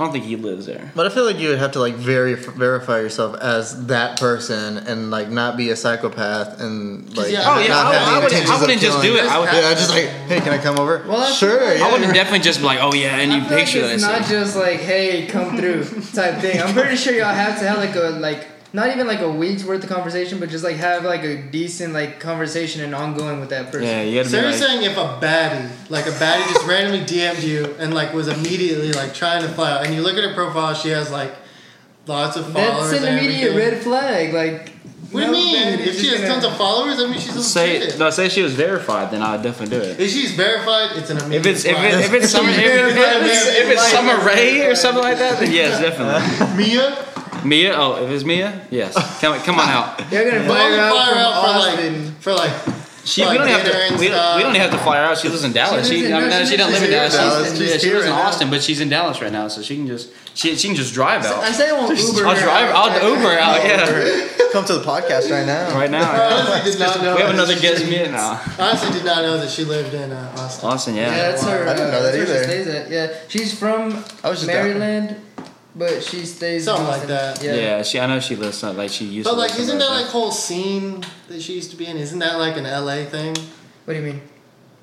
Speaker 4: don't think he lives there.
Speaker 3: But I feel like you would have to like ver- verify yourself as that person and like not be a psychopath and like
Speaker 2: yeah,
Speaker 4: Oh, yeah,
Speaker 3: not
Speaker 4: I-
Speaker 3: have
Speaker 4: I
Speaker 3: the
Speaker 4: wouldn't- I
Speaker 3: intentions of
Speaker 4: wouldn't just do
Speaker 3: killing.
Speaker 4: it. I would-
Speaker 3: yeah, just like hey, can I come over?
Speaker 1: Well, I-
Speaker 3: sure. Yeah.
Speaker 4: I would definitely just be like, oh yeah, any
Speaker 1: I feel
Speaker 4: picture
Speaker 1: like
Speaker 4: that I
Speaker 1: it's
Speaker 4: see.
Speaker 1: not just like hey come through type thing i'm pretty sure y'all have to have like a like not even like a week's worth of conversation but just like have like a decent like conversation and ongoing with that person
Speaker 4: yeah, you gotta
Speaker 2: So
Speaker 4: be
Speaker 2: you're
Speaker 4: like,
Speaker 2: saying if a baddie, like a baddie, just randomly DM'd you and like was immediately like trying to fly out, and you look at her profile, she has like lots of followers.
Speaker 1: that's an
Speaker 2: and
Speaker 1: immediate
Speaker 2: everything.
Speaker 1: red flag like
Speaker 2: What do you
Speaker 1: no
Speaker 2: mean?
Speaker 1: man is
Speaker 2: If she
Speaker 1: just
Speaker 2: has
Speaker 1: gonna-
Speaker 2: tons of followers, I mean she's
Speaker 4: say
Speaker 2: legit.
Speaker 4: no, say she was verified, then I would definitely do it.
Speaker 2: If she's verified, it's an immediate.
Speaker 4: If it's if,
Speaker 2: fly.
Speaker 4: it, if it's summer if, it's, if it's summer Rae or something like that, then yes, definitely.
Speaker 2: Mia,
Speaker 4: Mia, oh, if it's Mia, yes, come come on out.
Speaker 1: you're gonna
Speaker 2: but
Speaker 1: fire
Speaker 2: only
Speaker 1: out
Speaker 2: fire
Speaker 1: from
Speaker 2: out for
Speaker 1: austin
Speaker 2: like for like.
Speaker 4: She, we
Speaker 2: Like
Speaker 4: don't have
Speaker 2: dinner
Speaker 4: to
Speaker 2: and
Speaker 4: we,
Speaker 2: stuff.
Speaker 4: we don't have to fly her out. She lives in Dallas.
Speaker 1: uh, She
Speaker 4: She,
Speaker 1: lives in-
Speaker 4: I mean,
Speaker 1: no,
Speaker 4: no,
Speaker 1: she
Speaker 4: she do not
Speaker 1: lives
Speaker 4: live in
Speaker 1: here
Speaker 4: Dallas.
Speaker 1: in
Speaker 4: She's-
Speaker 3: Dallas.
Speaker 4: yeah,
Speaker 3: She's
Speaker 4: she
Speaker 3: here
Speaker 4: lives in
Speaker 3: right now.
Speaker 4: Austin, but she's in Dallas right now, so she can just she she can just drive out.
Speaker 1: i said i
Speaker 4: I'll
Speaker 1: won't uber her
Speaker 4: drive.
Speaker 1: out.
Speaker 4: I'll Uber out. Yeah,
Speaker 3: come to the podcast right now.
Speaker 4: right
Speaker 2: I
Speaker 4: now.
Speaker 2: honestly did not know.
Speaker 4: We have
Speaker 2: that
Speaker 4: another
Speaker 2: she-
Speaker 4: guest Mia now.
Speaker 2: Honestly, did not know that she lived in uh, Austin.
Speaker 4: Austin, yeah.
Speaker 1: yeah that's her
Speaker 3: I didn't
Speaker 1: uh,
Speaker 3: know that
Speaker 1: that's where she
Speaker 3: either.
Speaker 1: stays at. yeah she's from
Speaker 3: I was just down there.
Speaker 1: maryland but she stays in
Speaker 2: Something like
Speaker 1: Austin.
Speaker 2: that.
Speaker 1: yeah,
Speaker 4: Yeah, she. I know she lives uh, like she used.
Speaker 2: But
Speaker 4: to live
Speaker 2: like, isn't
Speaker 4: somewhere
Speaker 2: that like whole scene that she used to be in? Isn't that like an LA thing?
Speaker 1: what do you mean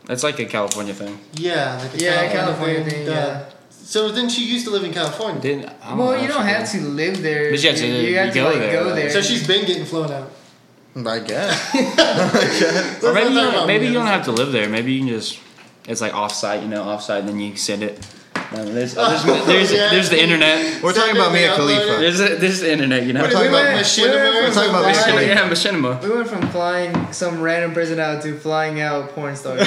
Speaker 4: That's like a California thing.
Speaker 2: Yeah, like a
Speaker 1: Yeah,
Speaker 2: California,
Speaker 1: California
Speaker 2: thing.
Speaker 1: thing,
Speaker 2: duh.
Speaker 1: yeah.
Speaker 2: So then she used to live in California.
Speaker 4: Didn't, I don't know
Speaker 1: Well, you
Speaker 4: if
Speaker 1: don't
Speaker 4: she
Speaker 1: have
Speaker 4: did.
Speaker 1: to live there.
Speaker 4: But you have to- you
Speaker 1: have
Speaker 4: go
Speaker 1: like,
Speaker 4: there,
Speaker 1: go
Speaker 4: right?
Speaker 1: there.
Speaker 2: So she's been getting flown out.
Speaker 3: I guess.
Speaker 2: Let's
Speaker 4: Or
Speaker 2: not talk
Speaker 4: maybe you don't,
Speaker 2: about
Speaker 4: maybe you
Speaker 2: me.
Speaker 4: don't have to live there. Maybe you can just it's like offsite, you know, offsite, and then you send it. No, there's, there's, there's,
Speaker 2: Oh, Yeah.
Speaker 4: there's the internet.
Speaker 3: We're
Speaker 2: So
Speaker 3: talking about
Speaker 2: did they
Speaker 3: Mia
Speaker 2: upload it?
Speaker 3: Khalifa.
Speaker 4: There's the, there's the internet, you know.
Speaker 2: What
Speaker 3: talking
Speaker 2: are we
Speaker 3: about
Speaker 2: about
Speaker 1: we were-
Speaker 2: machinima?
Speaker 1: we're
Speaker 3: talking about
Speaker 2: Why-
Speaker 3: machinima.
Speaker 4: yeah, machinima.
Speaker 1: we went from flying some random person out to flying out porn stars.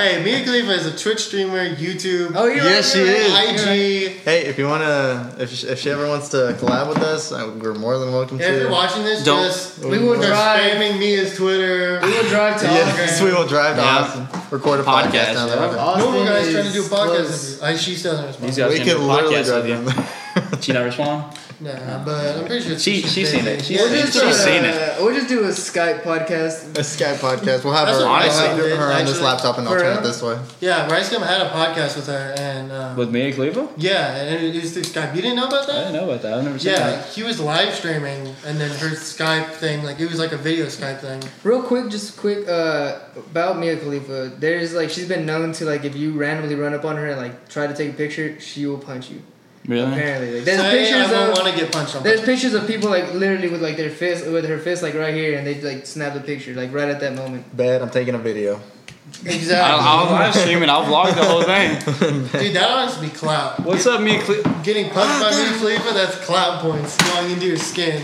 Speaker 2: Hey, Mia Khalifa is a Twitch streamer, YouTube,
Speaker 1: Oh, you're
Speaker 3: Yes,
Speaker 1: right,
Speaker 3: she
Speaker 1: you're
Speaker 3: is.
Speaker 1: right, you're right.
Speaker 2: IG.
Speaker 3: Hey, if you wanna, if she, if she ever wants to collab with us, I, we're more than welcome
Speaker 2: Yeah, if you're
Speaker 3: to.
Speaker 2: watching this,
Speaker 4: Don't-
Speaker 2: just
Speaker 1: We will
Speaker 2: start
Speaker 1: drive.
Speaker 2: spamming Mia's Twitter.
Speaker 1: We will drive to
Speaker 3: Yes,
Speaker 1: Austin.
Speaker 3: we will drive to
Speaker 4: Yeah.
Speaker 3: Austin, record a podcast,
Speaker 4: Podcast,
Speaker 3: down there.
Speaker 4: yeah.
Speaker 3: with
Speaker 2: No,
Speaker 3: her.
Speaker 2: we're
Speaker 1: Austin
Speaker 2: guys trying to
Speaker 1: is
Speaker 2: do a podcast.
Speaker 1: close.
Speaker 2: I, she still doesn't
Speaker 4: These
Speaker 2: respond.
Speaker 4: guys
Speaker 3: We
Speaker 4: can do
Speaker 3: could
Speaker 4: a
Speaker 3: literally
Speaker 4: podcast
Speaker 3: drive
Speaker 4: with you.
Speaker 3: down there.
Speaker 4: She not respond.
Speaker 2: Nah, but I'm pretty sure
Speaker 4: She
Speaker 2: she's
Speaker 4: she's seen
Speaker 2: busy.
Speaker 4: it. She's
Speaker 2: Yeah,
Speaker 4: seen it.
Speaker 2: she's
Speaker 4: She's seen it.
Speaker 1: Uh, we'll just do a Skype podcast.
Speaker 3: a Skype podcast. We'll have
Speaker 2: That's
Speaker 3: her,
Speaker 2: what
Speaker 3: we'll
Speaker 4: Rice
Speaker 3: have
Speaker 2: Gum did,
Speaker 3: her on this
Speaker 2: actually.
Speaker 3: laptop and I'll
Speaker 1: For
Speaker 3: turn
Speaker 1: real?
Speaker 3: it this way.
Speaker 2: Yeah, Rice Gum had a podcast with her, and um,
Speaker 4: With Mia Khalifa?
Speaker 2: yeah, and it was through Skype. You didn't know about
Speaker 4: I
Speaker 2: that?
Speaker 4: didn't know about that. I've never seen
Speaker 2: Yeah,
Speaker 4: that.
Speaker 2: he was live streaming, and then her Skype thing, like it was like a video Skype thing.
Speaker 1: Real quick, just quick uh, about Mia Khalifa. There's like she's been known to like if you randomly run up on her and like try to take a picture, she will punch you.
Speaker 4: Really?
Speaker 1: Apparently, like, there's
Speaker 2: Say,
Speaker 1: pictures
Speaker 2: I
Speaker 1: of
Speaker 2: don't want to get punched on.
Speaker 1: There's pictures of people like literally with like their fist with her fist like right here, and they like snap the picture like right at that moment.
Speaker 3: Bad, I'm taking a video.
Speaker 1: Exactly.
Speaker 4: I'll, I'll live stream it. I'll vlog the whole thing.
Speaker 2: Dude, that honestly be clout.
Speaker 4: What's up, Mia Khalifa?
Speaker 2: Getting punched by Mia Khalifa, that's clout points going into your skin,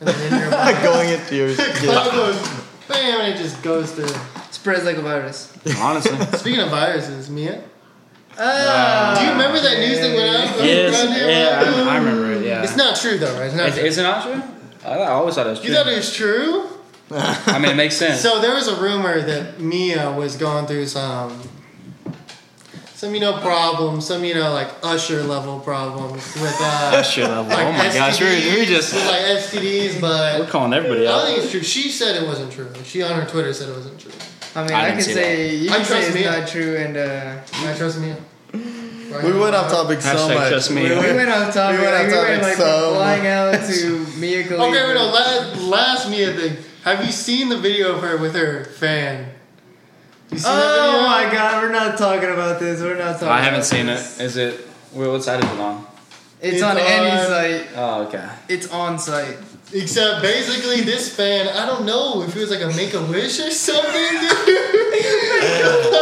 Speaker 2: and then in your body.
Speaker 3: Going into your yeah.
Speaker 2: Clout goes, bam, and it just goes through.
Speaker 1: Spreads like a virus.
Speaker 4: Honestly.
Speaker 2: Speaking of viruses, Mia,
Speaker 4: Uh,
Speaker 1: Ah.
Speaker 2: do you remember that news that went out? around here?
Speaker 4: Yes. Yeah, I, I remember it. Yeah.
Speaker 2: It's not true though, right? It's not
Speaker 4: It's,
Speaker 2: true.
Speaker 4: it's not true. I, I always thought it was true.
Speaker 2: you thought it was true?
Speaker 4: I mean, it makes sense.
Speaker 2: So there was a rumor that Mia was going through some, some you know problems, some you know like Usher level problems with uh,
Speaker 4: Usher level.
Speaker 2: like
Speaker 4: oh my gosh, we're,
Speaker 2: STDs,
Speaker 4: we're just
Speaker 2: with, like STDs,
Speaker 4: we're
Speaker 2: but
Speaker 4: calling
Speaker 2: I
Speaker 4: everybody
Speaker 2: don't
Speaker 4: out.
Speaker 2: think it's true. She said it wasn't true. She on her Twitter said it wasn't true.
Speaker 1: Uh, I mean,
Speaker 4: I
Speaker 1: I,
Speaker 4: didn't
Speaker 1: can
Speaker 4: see
Speaker 1: say you
Speaker 2: I
Speaker 1: can say
Speaker 2: trust
Speaker 1: it's
Speaker 2: me.
Speaker 1: not true, and uh,
Speaker 2: Can I trust Mia?
Speaker 3: We went off topic so
Speaker 4: Hashtag
Speaker 3: much.
Speaker 4: just me.
Speaker 3: We
Speaker 1: we
Speaker 3: went-
Speaker 1: went off topic.
Speaker 3: We went
Speaker 1: like,
Speaker 3: off
Speaker 1: we
Speaker 3: topic
Speaker 1: went, like,
Speaker 3: so
Speaker 1: from flying out to Mia Khalifa.
Speaker 2: Okay, wait, no, last, last Mia thing. Have you seen the video of her with her fan? You seen
Speaker 1: Oh
Speaker 2: that video?
Speaker 1: my God, we're not talking about this. We're not talking.
Speaker 4: I haven't
Speaker 1: about
Speaker 4: seen it.
Speaker 1: this.
Speaker 4: Is it? Where, what side is it on?
Speaker 1: It's,
Speaker 2: It's
Speaker 1: on, any
Speaker 2: on-
Speaker 1: site.
Speaker 4: Oh, okay.
Speaker 1: It's on site.
Speaker 2: Except basically this fan, I don't know if it was like a make a wish or something, dude.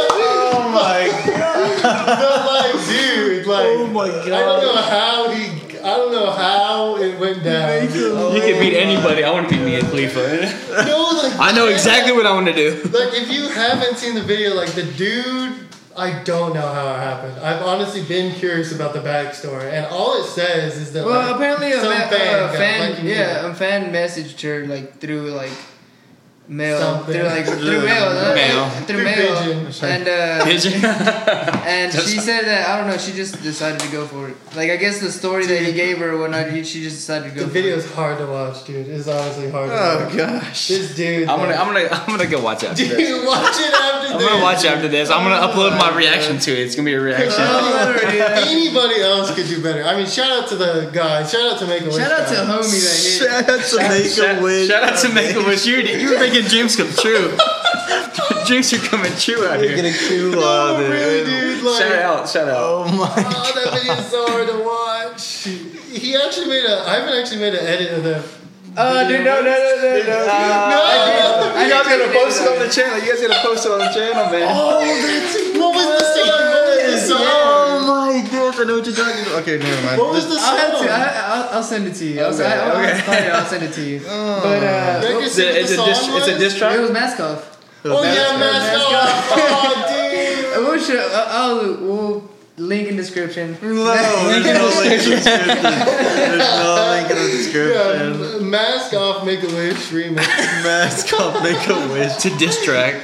Speaker 3: Oh my Oh
Speaker 2: but like, dude, like
Speaker 4: my
Speaker 2: I don't know how he I don't know how it went down. dude.
Speaker 4: You can beat anybody. I want to beat Mia Khalifa.
Speaker 2: No, like
Speaker 4: I know exactly what I want to do.
Speaker 2: Like if you haven't seen the video, like the dude I don't know how it happened. I've honestly been curious about the backstory, and all it says is that
Speaker 1: Well,
Speaker 2: like,
Speaker 1: apparently a
Speaker 2: some
Speaker 1: ma-
Speaker 2: fan
Speaker 1: uh,
Speaker 2: got
Speaker 1: fan
Speaker 2: lucky
Speaker 1: yeah, a fan messaged her like through like mail,
Speaker 2: Something.
Speaker 1: through like through mail, uh,
Speaker 4: Mail.
Speaker 1: through
Speaker 2: Through
Speaker 1: mail,
Speaker 2: pigeon.
Speaker 1: and uh,
Speaker 4: Did you?
Speaker 1: and she said that I don't know, she just decided to go for it. Like I guess the story that he gave her, or whatnot, he- she just decided to go.
Speaker 2: The
Speaker 1: for it.
Speaker 2: video's hard to watch, dude. It's honestly hard. to
Speaker 3: Oh
Speaker 2: watch.
Speaker 3: gosh.
Speaker 2: This dude.
Speaker 4: I'm gonna,
Speaker 2: like-
Speaker 4: I'm gonna, I'm gonna go watch after this.
Speaker 2: Dude, watch it after
Speaker 4: I'm
Speaker 2: this.
Speaker 4: gonna watch after this. I'm gonna upload my reaction to it. It's gonna be a reaction.
Speaker 2: Oh,
Speaker 1: Already, yeah.
Speaker 2: Anybody else could do better. I mean, shout out to the guy. Shout out to Make a Wish.
Speaker 1: Shout out to homie that
Speaker 3: Shout
Speaker 1: hit.
Speaker 3: out to Make a
Speaker 4: Shout,
Speaker 3: Wish.
Speaker 4: shout out to Make a Wish. You, you were making dreams come true. dreams are coming true out
Speaker 3: We're
Speaker 4: here.
Speaker 3: gonna kill all
Speaker 2: Oh,
Speaker 3: this.
Speaker 2: really, dude? Like,
Speaker 4: Shout out, shout out.
Speaker 3: Oh
Speaker 2: Oh,
Speaker 3: my.
Speaker 2: that video's so hard to watch. He actually made a. I haven't actually made an edit of that.
Speaker 1: Oh, dude, no, no, no, no, no.
Speaker 2: Uh,
Speaker 4: Uh,
Speaker 2: no,
Speaker 1: I got gonna post it on the
Speaker 4: channel. You guys gotta post it on the channel, man.
Speaker 2: Oh, that's what was the song? What was the song? Oh,
Speaker 3: Oh my gosh. I know what you're talking about. Okay, never mind.
Speaker 2: What was the
Speaker 1: I'll, have
Speaker 2: song?
Speaker 1: to, I, I'll, I'll send it to you. I'll, okay, I'll, I'll,
Speaker 4: okay.
Speaker 1: find it, I'll send it to you. But uh,
Speaker 2: Did I just
Speaker 4: It's
Speaker 2: see what
Speaker 4: a, it's a
Speaker 2: the
Speaker 4: diss.
Speaker 2: song
Speaker 4: It's a
Speaker 2: was?
Speaker 4: diss
Speaker 1: it
Speaker 4: track.
Speaker 1: was Maskoff.
Speaker 2: Oh yeah, mask
Speaker 1: Mask
Speaker 2: off. Oh, dude.
Speaker 1: We'll, show, uh, I'll, we'll link in description.
Speaker 3: No, there's no link in the description. There's no link in the description.
Speaker 2: Yeah, Oh, mask off, make a wish, remix.
Speaker 3: Mask off, make a wish.
Speaker 4: It's a diss track.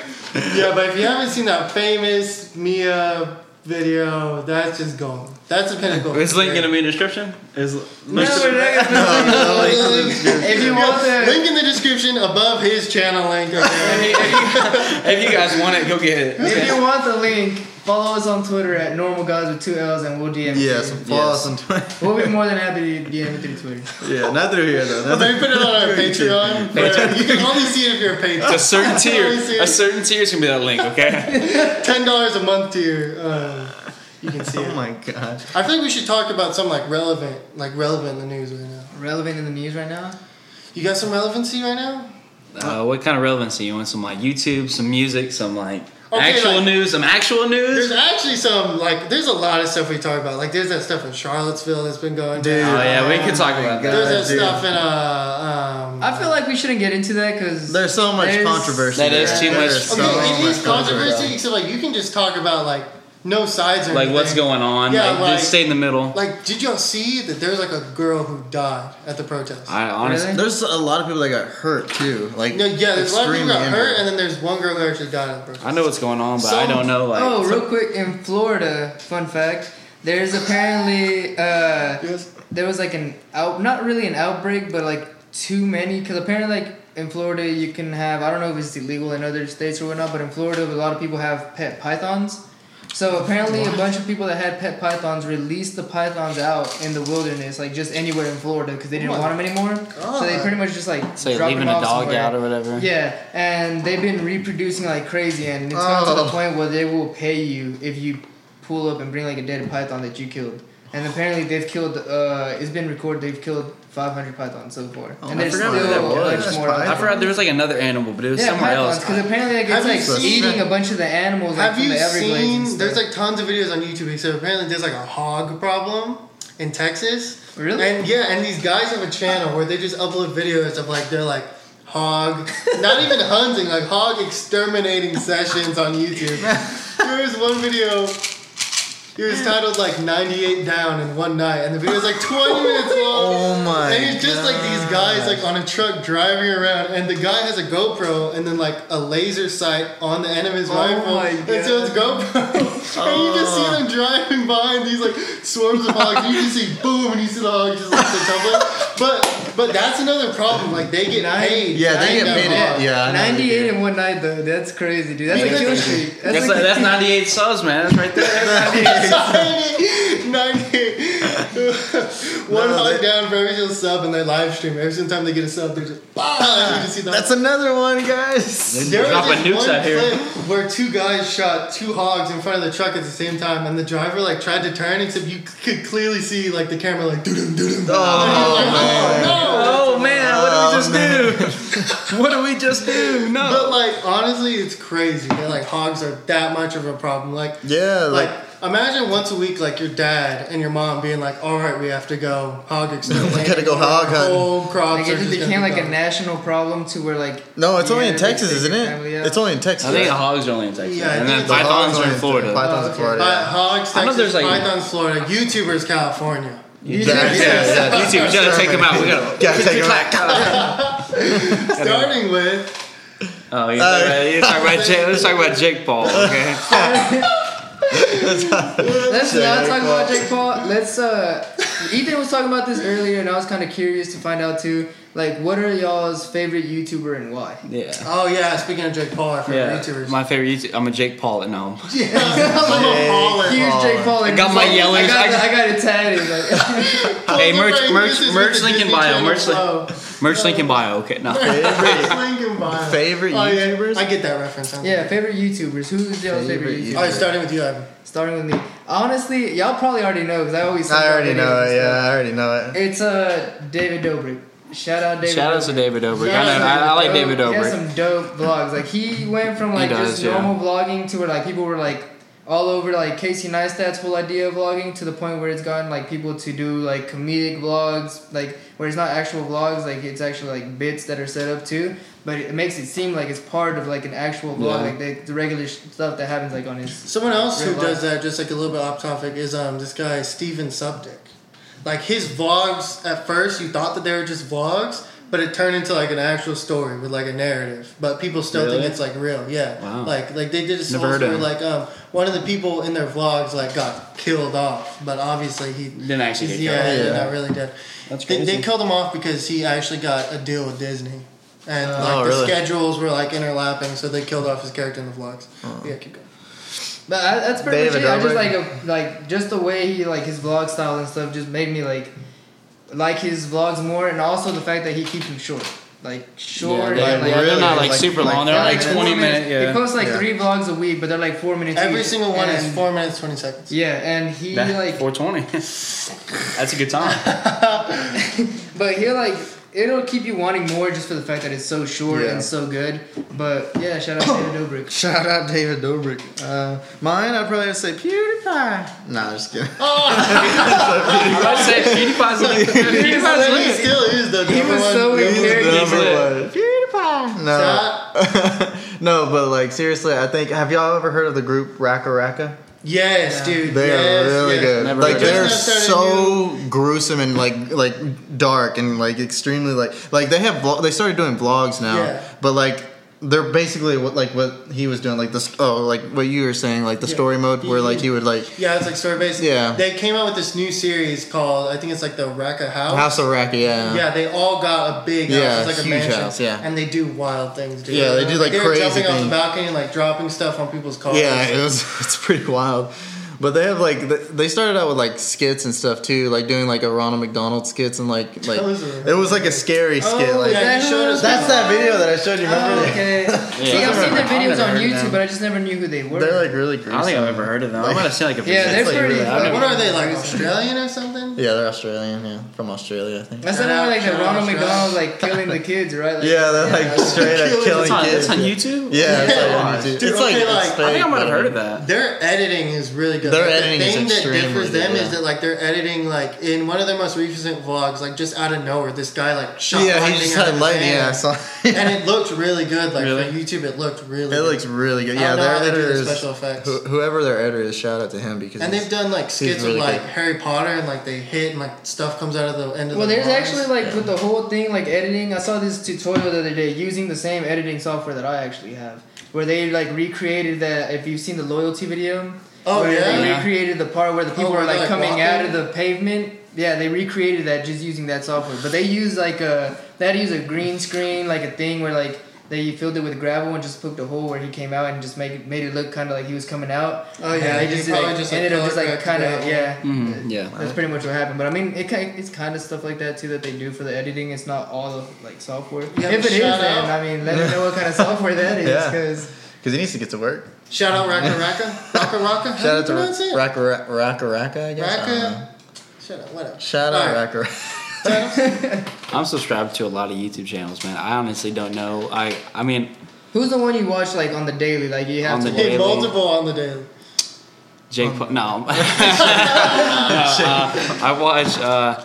Speaker 2: yeah, but if you haven't seen that famous Mia video, that's just gone. That's a pinnacle.
Speaker 4: Is link gonna be in the description? Is
Speaker 1: No, we're not gonna-
Speaker 3: No link in the description.
Speaker 1: If you want the
Speaker 2: Link in the description above his channel link. Okay?
Speaker 4: If you guys want it, go get it.
Speaker 1: if you want the link, follow us on Twitter at normal guys with two L's and we'll DM it to
Speaker 3: Yes,
Speaker 1: you.
Speaker 3: follow us on Twitter.
Speaker 1: We'll be more than happy to DM it through Twitter.
Speaker 3: Yeah, not through here though.
Speaker 2: Well,
Speaker 3: Not
Speaker 2: they put it on our Patreon. where You can only see it if you're a
Speaker 4: It's a
Speaker 2: patron.
Speaker 4: certain tier.
Speaker 2: Really serious.
Speaker 4: A certain tier is gonna be that link, okay?
Speaker 2: Ten dollars a month to your. Uh, You can see
Speaker 3: Oh
Speaker 2: it.
Speaker 3: my god.
Speaker 2: I think we should talk about some like relevant, like relevant in the news right now.
Speaker 1: Relevant in the news right now?
Speaker 2: You got some relevancy right now?
Speaker 4: Uh, what kind of relevancy you want? Some like YouTube, some music, some like
Speaker 2: Okay,
Speaker 4: actual
Speaker 2: like-
Speaker 4: news, some actual
Speaker 2: There's
Speaker 4: news.
Speaker 2: actually some like there's a lot of stuff we talk about. Like there's that stuff in Charlottesville that's been going
Speaker 3: Dude.
Speaker 4: Oh
Speaker 2: down.
Speaker 4: yeah, we could talk
Speaker 3: my
Speaker 4: about
Speaker 3: God.
Speaker 4: that.
Speaker 2: There's that
Speaker 3: dude.
Speaker 2: stuff in uh um.
Speaker 1: I feel like we shouldn't get into that because
Speaker 3: There's so much
Speaker 1: There's-
Speaker 3: controversy.
Speaker 4: That is
Speaker 3: there.
Speaker 4: too
Speaker 3: There
Speaker 4: much-
Speaker 3: is
Speaker 2: okay,
Speaker 3: so
Speaker 2: it
Speaker 3: much
Speaker 2: is controversy. Except like you can just talk about like no sides or
Speaker 4: Like what's
Speaker 2: anything.
Speaker 4: going on?
Speaker 2: Yeah,
Speaker 4: like,
Speaker 2: like-
Speaker 4: just stay in the middle.
Speaker 2: Like did y'all see that there's like a girl who died at the protest?
Speaker 4: I honestly,
Speaker 1: Really?
Speaker 3: There's a lot of people that got hurt too. Like
Speaker 2: no, yeah, there's a lot of people
Speaker 3: extremely
Speaker 2: got hurt,
Speaker 3: injured.
Speaker 2: and then there's one girl who actually died at the protest.
Speaker 4: I know what's going on, but I
Speaker 2: Some-
Speaker 4: don't know. Like,
Speaker 1: oh, real quick in Florida, fun fact. There's apparently uh,
Speaker 2: Yes.
Speaker 1: there was like an out, not really an outbreak, but like too many. Because apparently, like in Florida, you can have I don't know if it's illegal in other states or whatnot, but in Florida, a lot of people have pet pythons. So apparently, a bunch of people that had pet pythons released the pythons out in the wilderness, like just anywhere in Florida, because they didn't
Speaker 2: Oh my
Speaker 1: want them anymore. So they
Speaker 2: God.
Speaker 1: pretty much just like
Speaker 4: say
Speaker 1: dropped
Speaker 4: leaving
Speaker 1: them
Speaker 4: a
Speaker 1: off
Speaker 4: dog
Speaker 1: somewhere.
Speaker 4: out or whatever.
Speaker 1: Yeah, and they've been reproducing like crazy, and it's gotten to
Speaker 3: Oh.
Speaker 1: the point where they will pay you if you pull up and bring like a dead python that you killed. And apparently they've killed. Uh, it's been recorded. They've killed 500 pythons so far,
Speaker 3: Oh,
Speaker 1: and
Speaker 3: I
Speaker 1: there's
Speaker 3: forgot what
Speaker 1: still
Speaker 3: that
Speaker 1: a
Speaker 3: was.
Speaker 1: bunch more. out
Speaker 4: I
Speaker 1: there.
Speaker 4: forgot there was like another animal, but it was
Speaker 1: Yeah,
Speaker 4: somewhere
Speaker 1: pythons,
Speaker 4: else.
Speaker 1: because apparently like, it's
Speaker 2: Have you
Speaker 1: like
Speaker 2: seen-
Speaker 1: eating a bunch of the animals like
Speaker 2: Have
Speaker 1: from
Speaker 2: you
Speaker 1: the Everglades. and
Speaker 2: seen?
Speaker 1: stuff.
Speaker 2: There's like tons of videos on YouTube. Except apparently there's like a hog problem in Texas.
Speaker 1: Really?
Speaker 2: And yeah, and these guys have a channel where they just upload videos of like they're like hog, not even hunting, like hog exterminating sessions on YouTube. there was one video. It was titled like 98 down in one night, and the video was like 20 minutes long.
Speaker 3: Oh my
Speaker 2: And it's just like these guys
Speaker 3: gosh.
Speaker 2: like on a truck driving around, and the guy has a GoPro and then like a laser sight on the end of his
Speaker 1: Oh
Speaker 2: rifle,
Speaker 1: my
Speaker 2: and so it's GoPro. and you just see them driving by and these like swarms of hogs. and you just see boom, and you see the hog just like the double. But but that's another problem. Like they get
Speaker 1: Nine-
Speaker 2: paid.
Speaker 3: Yeah,
Speaker 2: Nine
Speaker 3: they get
Speaker 2: to
Speaker 3: paid,
Speaker 2: hog.
Speaker 3: yeah, I know what you
Speaker 1: 98 in one night though. That's crazy, dude. That's a kill streak.
Speaker 4: That's,
Speaker 1: like,
Speaker 4: that's 98 subs, man. That's right there.
Speaker 2: Sorry, 98. One
Speaker 3: No,
Speaker 2: hog
Speaker 3: they-
Speaker 2: down for every single sub in their live stream. Every single time they get a sub, they're just bah! and you just see the
Speaker 3: That's another one, guys.
Speaker 2: There was
Speaker 4: Drop a
Speaker 2: this
Speaker 4: nukes
Speaker 2: one
Speaker 4: out here.
Speaker 2: clip where two guys shot two hogs in front of the truck at the same time, and the driver like tried to turn, except you c- could clearly see like the camera like doo doo doo doo.
Speaker 3: Oh,
Speaker 4: Oh man,
Speaker 3: Oh,
Speaker 4: what did we just do? what did we just do? No.
Speaker 2: But like honestly, it's crazy that like hogs are that much of a problem. Like
Speaker 3: yeah,
Speaker 2: like.
Speaker 3: like
Speaker 2: Imagine once a week, like your dad and your mom being like, "All right, we have to go hog exterminate.
Speaker 3: We gotta go hog hunting."
Speaker 2: Whole crops
Speaker 1: like
Speaker 2: are
Speaker 1: it
Speaker 2: just
Speaker 1: just
Speaker 2: gonna
Speaker 1: became
Speaker 2: be
Speaker 1: like a
Speaker 2: gone.
Speaker 1: national problem to where like
Speaker 3: no, it's
Speaker 1: you
Speaker 3: only in
Speaker 1: had to
Speaker 3: Texas,
Speaker 1: take
Speaker 3: isn't
Speaker 1: your
Speaker 3: it?
Speaker 1: family out.
Speaker 3: It's only in Texas.
Speaker 4: I think the
Speaker 3: right?
Speaker 4: hogs are only in Texas,
Speaker 2: Yeah, I
Speaker 4: and
Speaker 2: think
Speaker 4: then
Speaker 2: it's the hogs
Speaker 4: pythons are
Speaker 3: only
Speaker 4: in Florida.
Speaker 3: Pythons
Speaker 1: Oh,
Speaker 3: in
Speaker 1: okay.
Speaker 3: Florida.
Speaker 2: But hogs,
Speaker 4: I know
Speaker 2: Texas,
Speaker 4: there's, like-
Speaker 2: pythons, Florida. YouTubers, California.
Speaker 3: Yeah,
Speaker 1: Yeah.
Speaker 3: yeah, yeah.
Speaker 4: YouTube, we gotta take them out. We gotta.
Speaker 3: Gotta take 'em out.
Speaker 2: Starting with
Speaker 4: Oh, you talk about, you talk about Jake, let's talk about Jake Paul. Okay.
Speaker 1: Let's not
Speaker 3: Jake
Speaker 1: talk about
Speaker 3: Paul.
Speaker 1: Jake Paul. Let's uh Ethan was talking about this earlier and I was kinda curious to find out too. Like what are y'all's favorite YouTuber and why?
Speaker 4: Yeah.
Speaker 2: oh yeah, speaking of Jake Paul, I forgot
Speaker 4: Yeah.
Speaker 2: YouTubers.
Speaker 4: My favorite YouTube. I'm a Jake Paul at home.
Speaker 2: I'm a baller.
Speaker 1: Huge Jake Paul.
Speaker 4: I got my
Speaker 1: I
Speaker 4: yellers.
Speaker 1: got,
Speaker 4: I-
Speaker 1: I got it tatted. Like,
Speaker 4: Hey,
Speaker 2: Pulls
Speaker 4: merch-
Speaker 2: up right
Speaker 4: merch-
Speaker 2: uses with
Speaker 4: merch
Speaker 2: the
Speaker 4: link in
Speaker 2: Disney
Speaker 4: bio,
Speaker 2: Channel
Speaker 4: merch link-
Speaker 2: flow.
Speaker 4: Merch link in bio. Okay. No.
Speaker 2: Merch link in bio.
Speaker 3: Favorite
Speaker 2: Oh, yeah,
Speaker 3: YouTubers?
Speaker 2: I get that reference. huh?
Speaker 1: yeah, favorite YouTubers. Who's y'all's favorite,
Speaker 3: Favorite
Speaker 1: YouTuber?
Speaker 2: All right, starting with you, Evan.
Speaker 1: Starting with me. Honestly, y'all probably already know because I always. send
Speaker 3: I
Speaker 1: y'all
Speaker 3: already
Speaker 1: videos
Speaker 3: know
Speaker 1: and
Speaker 3: it. Yeah,
Speaker 1: stuff.
Speaker 3: I already know it.
Speaker 1: It's uh David Dobrik. Shout out David.
Speaker 4: Shout
Speaker 1: Dobrik.
Speaker 4: out to David Dobrik.
Speaker 2: Shout
Speaker 4: I,
Speaker 2: out
Speaker 4: know,
Speaker 2: to
Speaker 4: I, I like David
Speaker 1: David Dobrik. He has
Speaker 4: Dobrik.
Speaker 1: some dope vlogs. Like he went from like
Speaker 4: does,
Speaker 1: just
Speaker 4: yeah.
Speaker 1: normal vlogging to where like people were like all over like Casey Neistat's whole idea of vlogging to the point where it's gotten like people to do like comedic vlogs, like where it's not actual vlogs, like it's actually like bits that are set up too. But it makes it seem like it's part of like an actual vlog,
Speaker 4: Yeah.
Speaker 1: like the, the regular sh- stuff that happens like on his.
Speaker 2: Someone else who
Speaker 1: Great
Speaker 2: does
Speaker 1: vlog.
Speaker 2: that, just like a little bit off topic, is um this guy Steven Subdick. Like his vlogs, at first you thought that they were just vlogs, but it turned into like an actual story with like a narrative. But people still
Speaker 4: Really?
Speaker 2: think it's like real. Yeah.
Speaker 4: Wow.
Speaker 2: Like like they did a
Speaker 4: Never
Speaker 2: whole
Speaker 4: heard of
Speaker 2: story
Speaker 4: him.
Speaker 2: like um one of the people in their vlogs like got killed off, but obviously he
Speaker 4: Didn't actually
Speaker 2: he's-
Speaker 4: get
Speaker 2: yeah,
Speaker 4: killed.
Speaker 2: he's
Speaker 3: Yeah.
Speaker 2: not really dead.
Speaker 4: That's
Speaker 2: They, they
Speaker 4: crazy.
Speaker 2: killed him off because he actually got a deal with Disney. And like
Speaker 3: Oh,
Speaker 2: the
Speaker 3: really?
Speaker 2: schedules were like interlapping, so they killed off his character in the vlogs. Yeah, keep going.
Speaker 1: But I, that's pretty
Speaker 3: David
Speaker 1: much it. I just
Speaker 3: Dobrik.
Speaker 1: like a, like just the way he like his vlog style and stuff just made me like like his vlogs more, and also the fact that he keeps them short. like short.
Speaker 4: Yeah,
Speaker 1: and,
Speaker 4: they're-
Speaker 1: like,
Speaker 4: they're
Speaker 3: really,
Speaker 4: not like,
Speaker 3: like-
Speaker 4: super
Speaker 3: like
Speaker 4: long. They're
Speaker 3: five
Speaker 4: like
Speaker 1: four
Speaker 4: twenty
Speaker 1: minutes.
Speaker 4: minute. Yeah.
Speaker 1: He posts like
Speaker 3: Yeah.
Speaker 1: three vlogs a week, but they're like four minutes.
Speaker 2: Every
Speaker 1: each,
Speaker 2: single one is
Speaker 1: and-
Speaker 2: four minutes twenty seconds.
Speaker 1: Yeah, and he like,
Speaker 4: 420. That's a good time.
Speaker 1: but he like, it'll keep you wanting more just for the fact that it's so short
Speaker 3: Yeah.
Speaker 1: and so good. But yeah, shout out David Dobrik.
Speaker 3: Shout out David Dobrik. Uh, mine, I'd probably have to say PewDiePie. Nah, just kidding.
Speaker 4: I'm about to say PewDiePie's like,
Speaker 2: He
Speaker 4: PewDiePie's
Speaker 2: still is the number
Speaker 1: was
Speaker 2: one.
Speaker 1: so
Speaker 2: number
Speaker 1: in
Speaker 2: one.
Speaker 1: character.
Speaker 4: He's
Speaker 3: Number one. PewDiePie.
Speaker 2: Stop.
Speaker 3: No, no, but like seriously, I think have y'all ever heard of the group Raka Raka?
Speaker 2: Yes, dude.
Speaker 3: They
Speaker 2: yes,
Speaker 3: are really
Speaker 2: yes.
Speaker 3: good.
Speaker 4: Never
Speaker 3: like
Speaker 4: heard of
Speaker 3: they're
Speaker 2: them.
Speaker 3: so gruesome and like like dark and like extremely like like they have vlog- they started doing vlogs now,
Speaker 2: Yeah.
Speaker 3: but like they're basically what like what he was doing like this oh like what you were saying like the story mode where like he would like
Speaker 2: Yeah, it's like story based.
Speaker 3: Yeah.
Speaker 2: They came out with this new series called I think it's like the Raka House.
Speaker 3: House of Raka yeah
Speaker 2: Yeah, they all got a big house.
Speaker 3: Yeah,
Speaker 2: it's like a
Speaker 3: huge
Speaker 2: mansion.
Speaker 3: house, yeah.
Speaker 2: And they do wild things, dude.
Speaker 3: Yeah, they do, like,
Speaker 2: they
Speaker 3: crazy
Speaker 2: were jumping off
Speaker 3: things.
Speaker 2: the balcony and like dropping stuff on people's cars.
Speaker 3: Yeah, it was. It's pretty wild. But they have like th- they started out with like skits and stuff too, like doing like a Ronald McDonald skits and like like
Speaker 2: Those are-
Speaker 3: it was like a scary skit. like
Speaker 2: yeah, you showed us
Speaker 3: that's that video that I showed you. Remember?
Speaker 1: Oh, okay. See, I've seen their videos
Speaker 3: I've never heard
Speaker 1: on
Speaker 3: of
Speaker 1: YouTube,
Speaker 3: them.
Speaker 1: but I just never knew who they were.
Speaker 3: They're like really gruesome.
Speaker 4: I don't think I've ever heard of them. I'm gonna say like a
Speaker 1: yeah, they're
Speaker 3: It's like
Speaker 1: pretty.
Speaker 3: really- I've
Speaker 2: What are they like Australian or something?
Speaker 3: yeah, they're Australian. Yeah, from Australia, I think.
Speaker 1: That's
Speaker 2: Shout
Speaker 1: not
Speaker 2: out,
Speaker 1: like the
Speaker 2: shout out
Speaker 1: Ronald
Speaker 2: Australia.
Speaker 1: McDonald like killing the kids, right? Like,
Speaker 3: Yeah, they're like straight up killing
Speaker 4: That's on,
Speaker 3: kids.
Speaker 4: that's on YouTube.
Speaker 3: Yeah, it's like on
Speaker 4: Yeah.
Speaker 3: YouTube.
Speaker 2: Dude,
Speaker 3: it's like,
Speaker 2: okay,
Speaker 3: it's
Speaker 2: like, I
Speaker 4: I think
Speaker 3: fake,
Speaker 4: I might have
Speaker 3: but-
Speaker 4: heard of that.
Speaker 2: Their editing is really good.
Speaker 3: Their
Speaker 2: Like,
Speaker 3: editing
Speaker 2: the
Speaker 3: is
Speaker 2: thing that
Speaker 3: extremely
Speaker 2: differs them
Speaker 3: good,
Speaker 2: is
Speaker 3: yeah.
Speaker 2: that like they're editing like in one of their most recent vlogs, like just out of nowhere, this guy like shot
Speaker 3: Yeah,
Speaker 2: lightning
Speaker 3: he just
Speaker 2: out of
Speaker 3: had
Speaker 2: his
Speaker 3: lightning.
Speaker 2: hand.
Speaker 3: Yeah, I saw.
Speaker 2: and it looked really good. Like
Speaker 4: Really?
Speaker 2: for YouTube, it looked really.
Speaker 3: It
Speaker 2: good.
Speaker 3: looks really good.
Speaker 2: I
Speaker 3: Yeah,
Speaker 2: don't know
Speaker 3: their
Speaker 2: how they do the
Speaker 3: editor is
Speaker 2: special effects.
Speaker 3: who- whoever their editor is. Shout out to him because
Speaker 2: And
Speaker 3: he's-
Speaker 2: they've done like skits
Speaker 3: really
Speaker 2: of like
Speaker 3: good.
Speaker 2: Harry Potter and like they hit and like stuff comes out of the end of
Speaker 1: Well,
Speaker 2: the.
Speaker 1: there's
Speaker 2: bars.
Speaker 1: actually like with the whole thing like editing. I saw this tutorial the other day using the same editing software that I actually have, where they like recreated that. If you've seen the loyalty video,
Speaker 2: Oh,
Speaker 1: where
Speaker 2: yeah?
Speaker 1: they
Speaker 4: Yeah.
Speaker 1: recreated the part where the people
Speaker 2: where
Speaker 1: were
Speaker 2: they're,
Speaker 1: like
Speaker 2: like,
Speaker 1: coming out of
Speaker 2: walking?
Speaker 1: the pavement. Yeah, they recreated that just using that software. But they used like a they had to use a green screen like a thing where like. They filled it with gravel and just poked a hole where he came out and just make it, made it look kind of like he was coming out.
Speaker 2: Oh, yeah,
Speaker 1: And they
Speaker 2: he
Speaker 1: just,
Speaker 2: probably
Speaker 1: like,
Speaker 2: just, like,
Speaker 1: ended up just
Speaker 2: color
Speaker 1: like kind
Speaker 2: corrected
Speaker 1: of
Speaker 2: that.
Speaker 1: yeah.
Speaker 4: Mhm, yeah.
Speaker 1: That's pretty much what happened. But I mean, it kind it's kind of stuff like that too that they do for the editing. It's not all of like software.
Speaker 2: You have
Speaker 1: if
Speaker 2: a
Speaker 1: it is,
Speaker 2: shout
Speaker 1: then
Speaker 2: out?
Speaker 1: I mean, let me know what kind of software that is,
Speaker 3: Yeah.
Speaker 1: because
Speaker 3: Because he needs to get to work.
Speaker 2: shout out Raka Raka Raka Raka. How
Speaker 3: Shout
Speaker 2: do
Speaker 3: out to
Speaker 2: you pronounce it?
Speaker 3: Raka Ra- Raka Raka, I guess. I don't know.
Speaker 2: Raka. Shut up. Whatever.
Speaker 3: Shout out
Speaker 2: Alright.
Speaker 3: Raka Raka.
Speaker 4: I'm subscribed to a lot of YouTube channels, man. I honestly don't know. I I mean,
Speaker 1: who's the one you watch like on the daily? Like you have
Speaker 4: On the
Speaker 1: to. watch.
Speaker 2: Hey,
Speaker 4: Daily.
Speaker 2: multiple on the daily.
Speaker 4: Jake. Paul, no. No, uh, I watch. Uh,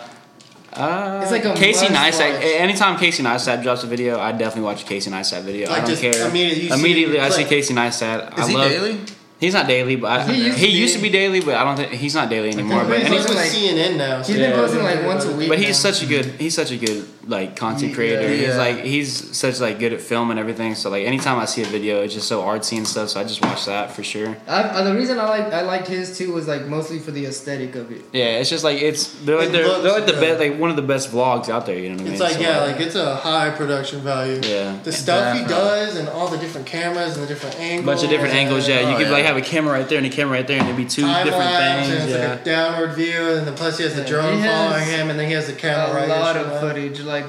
Speaker 4: uh,
Speaker 1: It's like a
Speaker 4: Casey
Speaker 1: must
Speaker 4: Neistat.
Speaker 2: watch.
Speaker 4: Anytime Casey Neistat drops a video, I definitely watch a Casey Neistat video.
Speaker 2: Like,
Speaker 4: I don't
Speaker 2: just
Speaker 4: care.
Speaker 2: immediate- you see-
Speaker 4: Immediately, I see
Speaker 2: click.
Speaker 4: Casey Neistat. I
Speaker 3: Is he
Speaker 4: love,
Speaker 3: daily?
Speaker 4: He's not daily, but I,
Speaker 1: He
Speaker 4: he,
Speaker 1: used
Speaker 4: used,
Speaker 1: to
Speaker 4: to be daily. But I don't think he's not daily anymore. But
Speaker 1: he's
Speaker 4: and
Speaker 2: He's
Speaker 4: he's
Speaker 1: been,
Speaker 2: with
Speaker 1: like-
Speaker 2: CNN now. So.
Speaker 1: He's been
Speaker 4: Yeah.
Speaker 1: posting like once a week.
Speaker 4: But he's
Speaker 1: now.
Speaker 4: such a good he's such a good like content
Speaker 1: Yeah.
Speaker 4: creator. He's
Speaker 3: Yeah.
Speaker 4: like he's such like good at film and everything. So like anytime I see a video, it's just so artsy and stuff. So I just watch that for sure.
Speaker 1: I, uh, the reason I like I liked his too was like mostly for the aesthetic of it.
Speaker 4: Yeah, it's just like it's they're like
Speaker 2: It
Speaker 4: they're,
Speaker 2: looks
Speaker 4: they're like the
Speaker 2: good.
Speaker 4: best like one of the best vlogs out there. You know what I mean?
Speaker 2: It's like
Speaker 4: So,
Speaker 2: yeah, like it's a high production value.
Speaker 4: Yeah.
Speaker 2: The stuff he
Speaker 3: Definitely.
Speaker 2: does and all the different cameras and the different angles.
Speaker 4: bunch of different angles. Yeah, you
Speaker 3: Oh,
Speaker 4: could like
Speaker 3: yeah.
Speaker 4: have a camera right there and a camera right there, and it'd be two
Speaker 2: Time
Speaker 4: different
Speaker 2: lapse and
Speaker 4: things.
Speaker 2: it's
Speaker 4: Yeah.
Speaker 2: like a downward view, and then plus he has the
Speaker 1: Yeah,
Speaker 2: drone
Speaker 1: he has
Speaker 2: following him, and then he has the camera
Speaker 1: A
Speaker 2: right
Speaker 1: lot
Speaker 2: here, so
Speaker 1: of
Speaker 2: that-
Speaker 1: footage, like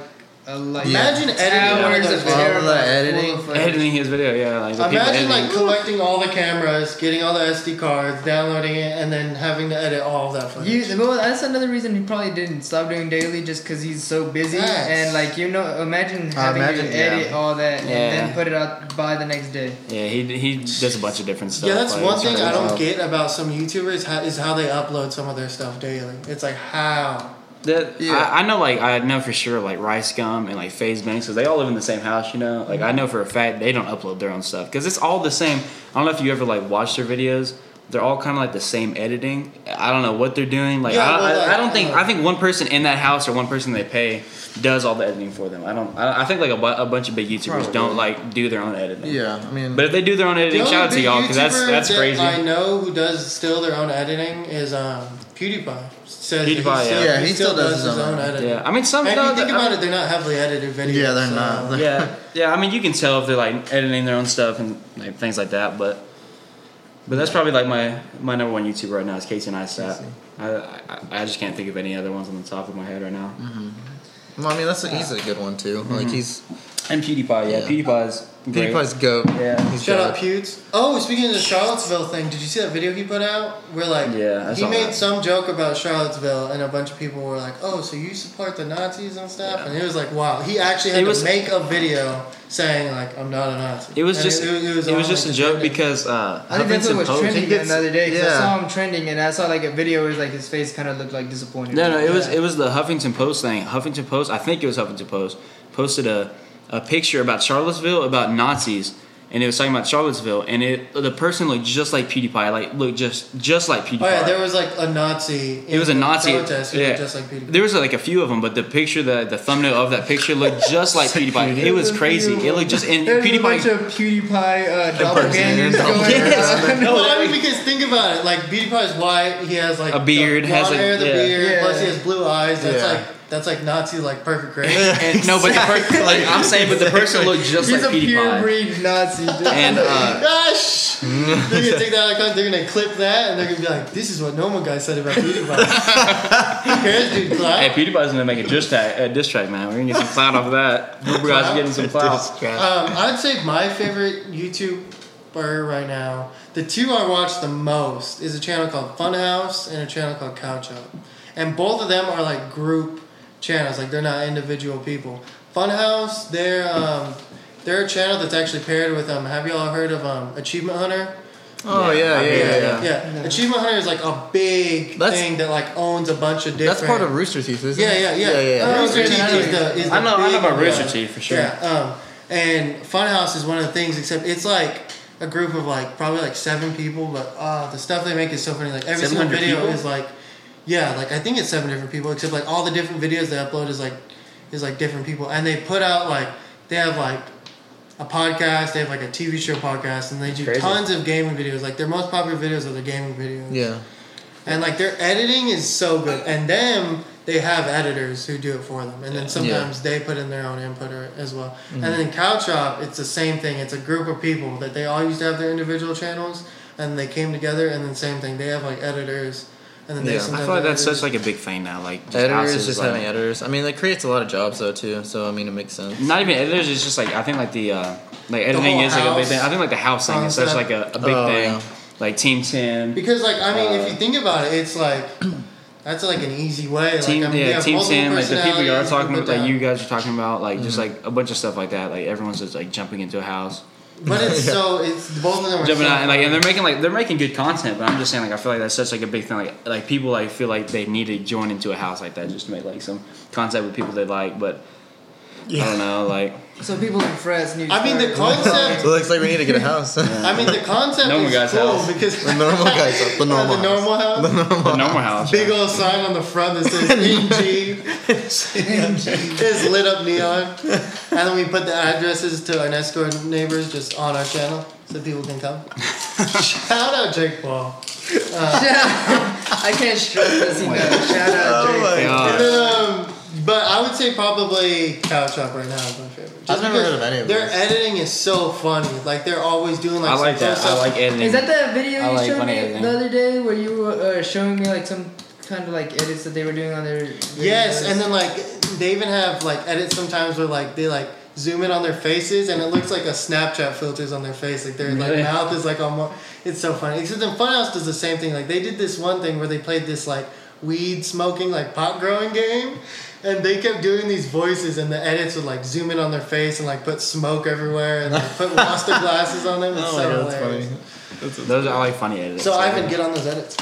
Speaker 1: a lot.
Speaker 2: Imagine editing one of
Speaker 1: hours
Speaker 2: those
Speaker 1: of
Speaker 2: videos.
Speaker 1: terrible
Speaker 3: All the editing.
Speaker 1: full of footage.
Speaker 4: Editing his video, yeah. Like the people
Speaker 2: Imagine
Speaker 4: editing.
Speaker 2: like collecting all the cameras, getting all the SD cards, downloading it, and then having to edit all of that footage.
Speaker 1: You, well, that's another reason he probably didn't stop doing daily, just because he's so busy
Speaker 2: Yes.
Speaker 1: and like you know, imagine having
Speaker 3: imagine,
Speaker 1: to
Speaker 3: yeah.
Speaker 1: edit all that and
Speaker 4: Yeah.
Speaker 1: then put it out by the next day.
Speaker 4: yeah, he he does a bunch of different stuff.
Speaker 2: yeah, that's
Speaker 4: like,
Speaker 2: one
Speaker 4: it's
Speaker 2: thing I
Speaker 4: crazy.
Speaker 2: don't get about some YouTubers how, is how they upload some of their stuff daily. It's like how.
Speaker 4: That,
Speaker 3: Yeah.
Speaker 4: I, I know, like I know for sure, like Rice Gum and like FaZe Banks, because they all live in the same house, you know. Like I know for a fact they don't upload their own stuff because it's all the same. I don't know if you ever like watch their videos; they're all kind of like the same editing. I don't know what they're doing. Like,
Speaker 2: Yeah,
Speaker 4: I,
Speaker 2: well,
Speaker 4: I, I
Speaker 2: like,
Speaker 4: don't think
Speaker 2: uh,
Speaker 4: I think one person in that house or one person they pay does all the editing for them. I don't. I, I think like a, bu- a bunch of big YouTubers
Speaker 3: Probably.
Speaker 4: don't like do their own editing.
Speaker 3: Yeah, I mean,
Speaker 4: But if they do their own editing,
Speaker 2: The
Speaker 4: shout out to
Speaker 2: only
Speaker 4: y'all
Speaker 2: big
Speaker 4: because that's
Speaker 2: YouTuber
Speaker 4: that's
Speaker 2: that
Speaker 4: crazy.
Speaker 2: I know who does still their own editing is um, PewDiePie. Says that he
Speaker 4: PewDiePie,
Speaker 2: still-
Speaker 4: yeah.
Speaker 3: Yeah, he still does his own
Speaker 2: editing.
Speaker 4: yeah, I mean some.
Speaker 2: And if
Speaker 4: no,
Speaker 2: you think
Speaker 4: I
Speaker 2: about
Speaker 4: mean-
Speaker 2: it, they're not heavily edited videos.
Speaker 3: yeah, they're
Speaker 2: so-
Speaker 3: not. They're-
Speaker 4: yeah, yeah. I mean, you can tell if they're like editing their own stuff and like things like that, but but that's probably like my my number one YouTuber right now
Speaker 1: Mm-hmm.
Speaker 4: is Casey Neistat. I, I I just can't think of any other ones on the top of my head right now.
Speaker 3: Well, I mean, that's a, he's a good one too. Like he's
Speaker 4: And PewDiePie, yeah,
Speaker 3: Yeah.
Speaker 4: PewDiePie's great.
Speaker 3: PewDiePie's goat.
Speaker 4: Yeah.
Speaker 3: he's
Speaker 2: Shout
Speaker 3: goat.
Speaker 2: out Pewds. Oh, speaking of the Charlottesville thing, did you see that video he put out? Where like
Speaker 4: Yeah, I
Speaker 2: he
Speaker 4: saw
Speaker 2: made
Speaker 4: that.
Speaker 2: some joke about Charlottesville, and a bunch of people were like, "Oh, so you support the Nazis and stuff?" And it was like, "Wow." He actually had
Speaker 4: It
Speaker 2: to
Speaker 4: was-
Speaker 2: make a video saying like, "I'm not a Nazi."
Speaker 4: It was
Speaker 2: And
Speaker 4: just it, was,
Speaker 2: all,
Speaker 4: just a
Speaker 2: like,
Speaker 4: joke
Speaker 2: offended.
Speaker 4: because uh,
Speaker 1: I think that's
Speaker 4: Huffington
Speaker 1: what was
Speaker 4: Post-
Speaker 1: trending
Speaker 3: gets-
Speaker 1: the other day. 'cause
Speaker 3: yeah.
Speaker 1: I saw him trending, and I saw like a video where like his face kind of looked like disappointed.
Speaker 4: No, no, it was
Speaker 2: Yeah.
Speaker 4: it was the Huffington Post thing. Huffington Post, I think it was Huffington Post, posted a, a picture about Charlottesville about Nazis, and it was talking about Charlottesville, and it the person looked just like PewDiePie, like looked just just like PewDiePie.
Speaker 2: Oh yeah, there was like a Nazi.
Speaker 4: it was a
Speaker 2: in the
Speaker 4: Nazi.
Speaker 2: protest. who
Speaker 4: yeah,
Speaker 2: looked just like Peter.
Speaker 4: there was like a few of them, but the picture, the the thumbnail of that picture looked just like PewDiePie. It was crazy. It looked just and
Speaker 1: There's a bunch
Speaker 4: PewDiePie.
Speaker 1: of PewDiePie uh,
Speaker 3: Impersonators.
Speaker 1: doppelgangers going
Speaker 4: Yes.
Speaker 1: around.
Speaker 4: No,
Speaker 2: well,
Speaker 4: that-
Speaker 2: I mean, because think about it. Like, Beauty Pie is white. He has like
Speaker 4: A beard,
Speaker 2: the
Speaker 4: has,
Speaker 2: blonde
Speaker 4: like-
Speaker 2: hair, the
Speaker 4: yeah.
Speaker 2: beard.
Speaker 1: Yeah.
Speaker 2: Plus, he has blue eyes. That's
Speaker 3: Yeah.
Speaker 2: like that's like Nazi, like perfect grade.
Speaker 4: and- no, but the per- like I'm saying, but the person looked just
Speaker 1: He's
Speaker 4: like
Speaker 1: a pure
Speaker 4: PewDiePie.
Speaker 1: breed Nazi. Dude.
Speaker 4: And uh,
Speaker 2: Gosh, they're gonna take that icon. They're gonna clip that, and they're gonna be like, "This is what normal guy said about Beauty Pie." Who cares, dude?
Speaker 4: Hey,
Speaker 2: Clap.
Speaker 4: PewDiePie's gonna make a diss track, a diss track, man. We're gonna get some clout off of that. We're guys getting some clout.
Speaker 2: Um, I'd say my favorite YouTuber right now, the two I watch the most, is a channel called Funhouse and a channel called Couch Up. And both of them are like group channels, like they're not individual people. Funhouse, they're um, they're a channel that's actually paired with um. Have y'all heard of um Achievement Hunter?
Speaker 3: Oh yeah, yeah, yeah. yeah,
Speaker 2: yeah. Achievement Hunter is like a big
Speaker 3: That's-
Speaker 2: thing that like owns a bunch of different.
Speaker 3: That's part of Rooster Teeth, isn't
Speaker 2: Yeah,
Speaker 3: it?
Speaker 2: yeah, yeah.
Speaker 3: yeah, yeah.
Speaker 2: Uh, Rooster
Speaker 1: Yeah.
Speaker 2: Teeth is the, is the
Speaker 4: I know- I know
Speaker 2: big
Speaker 4: about Rooster
Speaker 2: one.
Speaker 4: Teeth for sure.
Speaker 2: Yeah, um, and Funhouse is one of the things. Except it's like a group of like probably like seven people, but uh, the stuff they make is so funny. Like every single
Speaker 4: 700
Speaker 2: video
Speaker 4: people?
Speaker 2: is like, yeah, like I think it's seven different people. Except like all the different videos they upload is like, is like different people, and they put out like they have like a podcast, they have like a TV show podcast, and they do
Speaker 4: Crazy.
Speaker 2: tons of gaming videos. Like their most popular videos are the gaming videos.
Speaker 3: yeah.
Speaker 2: And like their editing is so good. And them, they have editors who do it for them. And then sometimes they put in their own input or, as well. And
Speaker 4: Mm-hmm.
Speaker 2: then Couch Shop, it's the same thing. It's a group of people that they all used to have their individual channels, and they came together. And then same thing, they have like editors, and then they
Speaker 3: Yeah. I
Speaker 4: I
Speaker 2: sometimes
Speaker 4: feel like that's
Speaker 2: editors.
Speaker 4: such like a big thing now. Like just
Speaker 3: Editors
Speaker 4: houses,
Speaker 3: just
Speaker 4: like-
Speaker 3: having editors. I mean, that creates a lot of jobs though too. So I mean, it makes sense.
Speaker 4: Not even editors. It's just like I think like the uh, like editing
Speaker 2: whole house
Speaker 4: is like a big thing. I think like the house thing is such like
Speaker 2: concept.
Speaker 4: a, a big
Speaker 3: Oh,
Speaker 4: thing.
Speaker 3: yeah.
Speaker 4: Like Team Tim.
Speaker 2: because like I mean,
Speaker 4: uh,
Speaker 2: if you think about it, it's like that's like an easy way.
Speaker 4: Team,
Speaker 2: like, I mean, you
Speaker 4: yeah,
Speaker 2: have
Speaker 4: Team
Speaker 2: multiple
Speaker 4: Sam, like the people you are
Speaker 2: personalities,
Speaker 4: talking
Speaker 2: put
Speaker 4: about, like
Speaker 2: down-
Speaker 4: you guys are talking about, like just like a bunch of stuff like that. Like everyone's just like jumping into a house,
Speaker 2: But it's so it's both of them are
Speaker 4: jumping
Speaker 2: so
Speaker 4: out, and like, and
Speaker 2: funny.
Speaker 4: they're making like they're making good content. But I'm just saying, like, I feel like that's such like a big thing. Like, like people like feel like they need to join into a house like that just to make like some contact with people they like. But I don't know, like
Speaker 1: so people in France need. To
Speaker 2: I mean, the
Speaker 1: start-
Speaker 2: concept
Speaker 3: It looks like we need to get a house.
Speaker 2: I mean, the concept
Speaker 4: Normal
Speaker 2: is
Speaker 4: guy's
Speaker 2: cool
Speaker 4: house.
Speaker 2: because
Speaker 3: The normal guy's house. The normal
Speaker 2: the normal house.
Speaker 4: the normal house.
Speaker 2: Big old sign on the front that says NG. it's lit up neon, and then we put the addresses to our next door neighbors just on our channel so people can come. Shout out Jake Paul.
Speaker 1: I can't stress this enough. Shout out Drake.
Speaker 3: Oh my
Speaker 4: God.
Speaker 2: Um, but I would say probably Couch Up right now is my favorite. Just
Speaker 3: never
Speaker 2: because
Speaker 3: heard of any of
Speaker 2: Their
Speaker 3: these.
Speaker 2: editing is so funny. Like they're always doing like
Speaker 4: I like
Speaker 2: some
Speaker 4: that. I
Speaker 2: close-ups.
Speaker 4: like editing.
Speaker 1: Is that that video
Speaker 4: I
Speaker 1: you
Speaker 4: like
Speaker 1: showed
Speaker 4: funny
Speaker 1: me
Speaker 4: editing.
Speaker 1: the other day where you were uh, showing me like some kind of like edits that they were doing on their?
Speaker 2: Yes,
Speaker 1: videos?
Speaker 2: and then like they even have like edits sometimes where like they like zoom in on their faces and it looks like a Snapchat filters on their face. Like their like
Speaker 4: Really?
Speaker 2: mouth is like on one. It's so funny. Except then Funhouse does the same thing. Like they did this one thing where they played this like weed smoking like pot growing game. And they kept doing these voices, and the edits would like zoom in on their face and like put smoke everywhere and like, put monster glasses on them. It's
Speaker 3: Oh my
Speaker 2: so
Speaker 3: God, that's
Speaker 2: hilarious.
Speaker 3: funny.
Speaker 4: Those are I like funny edits.
Speaker 2: So Ivan, get on those edits.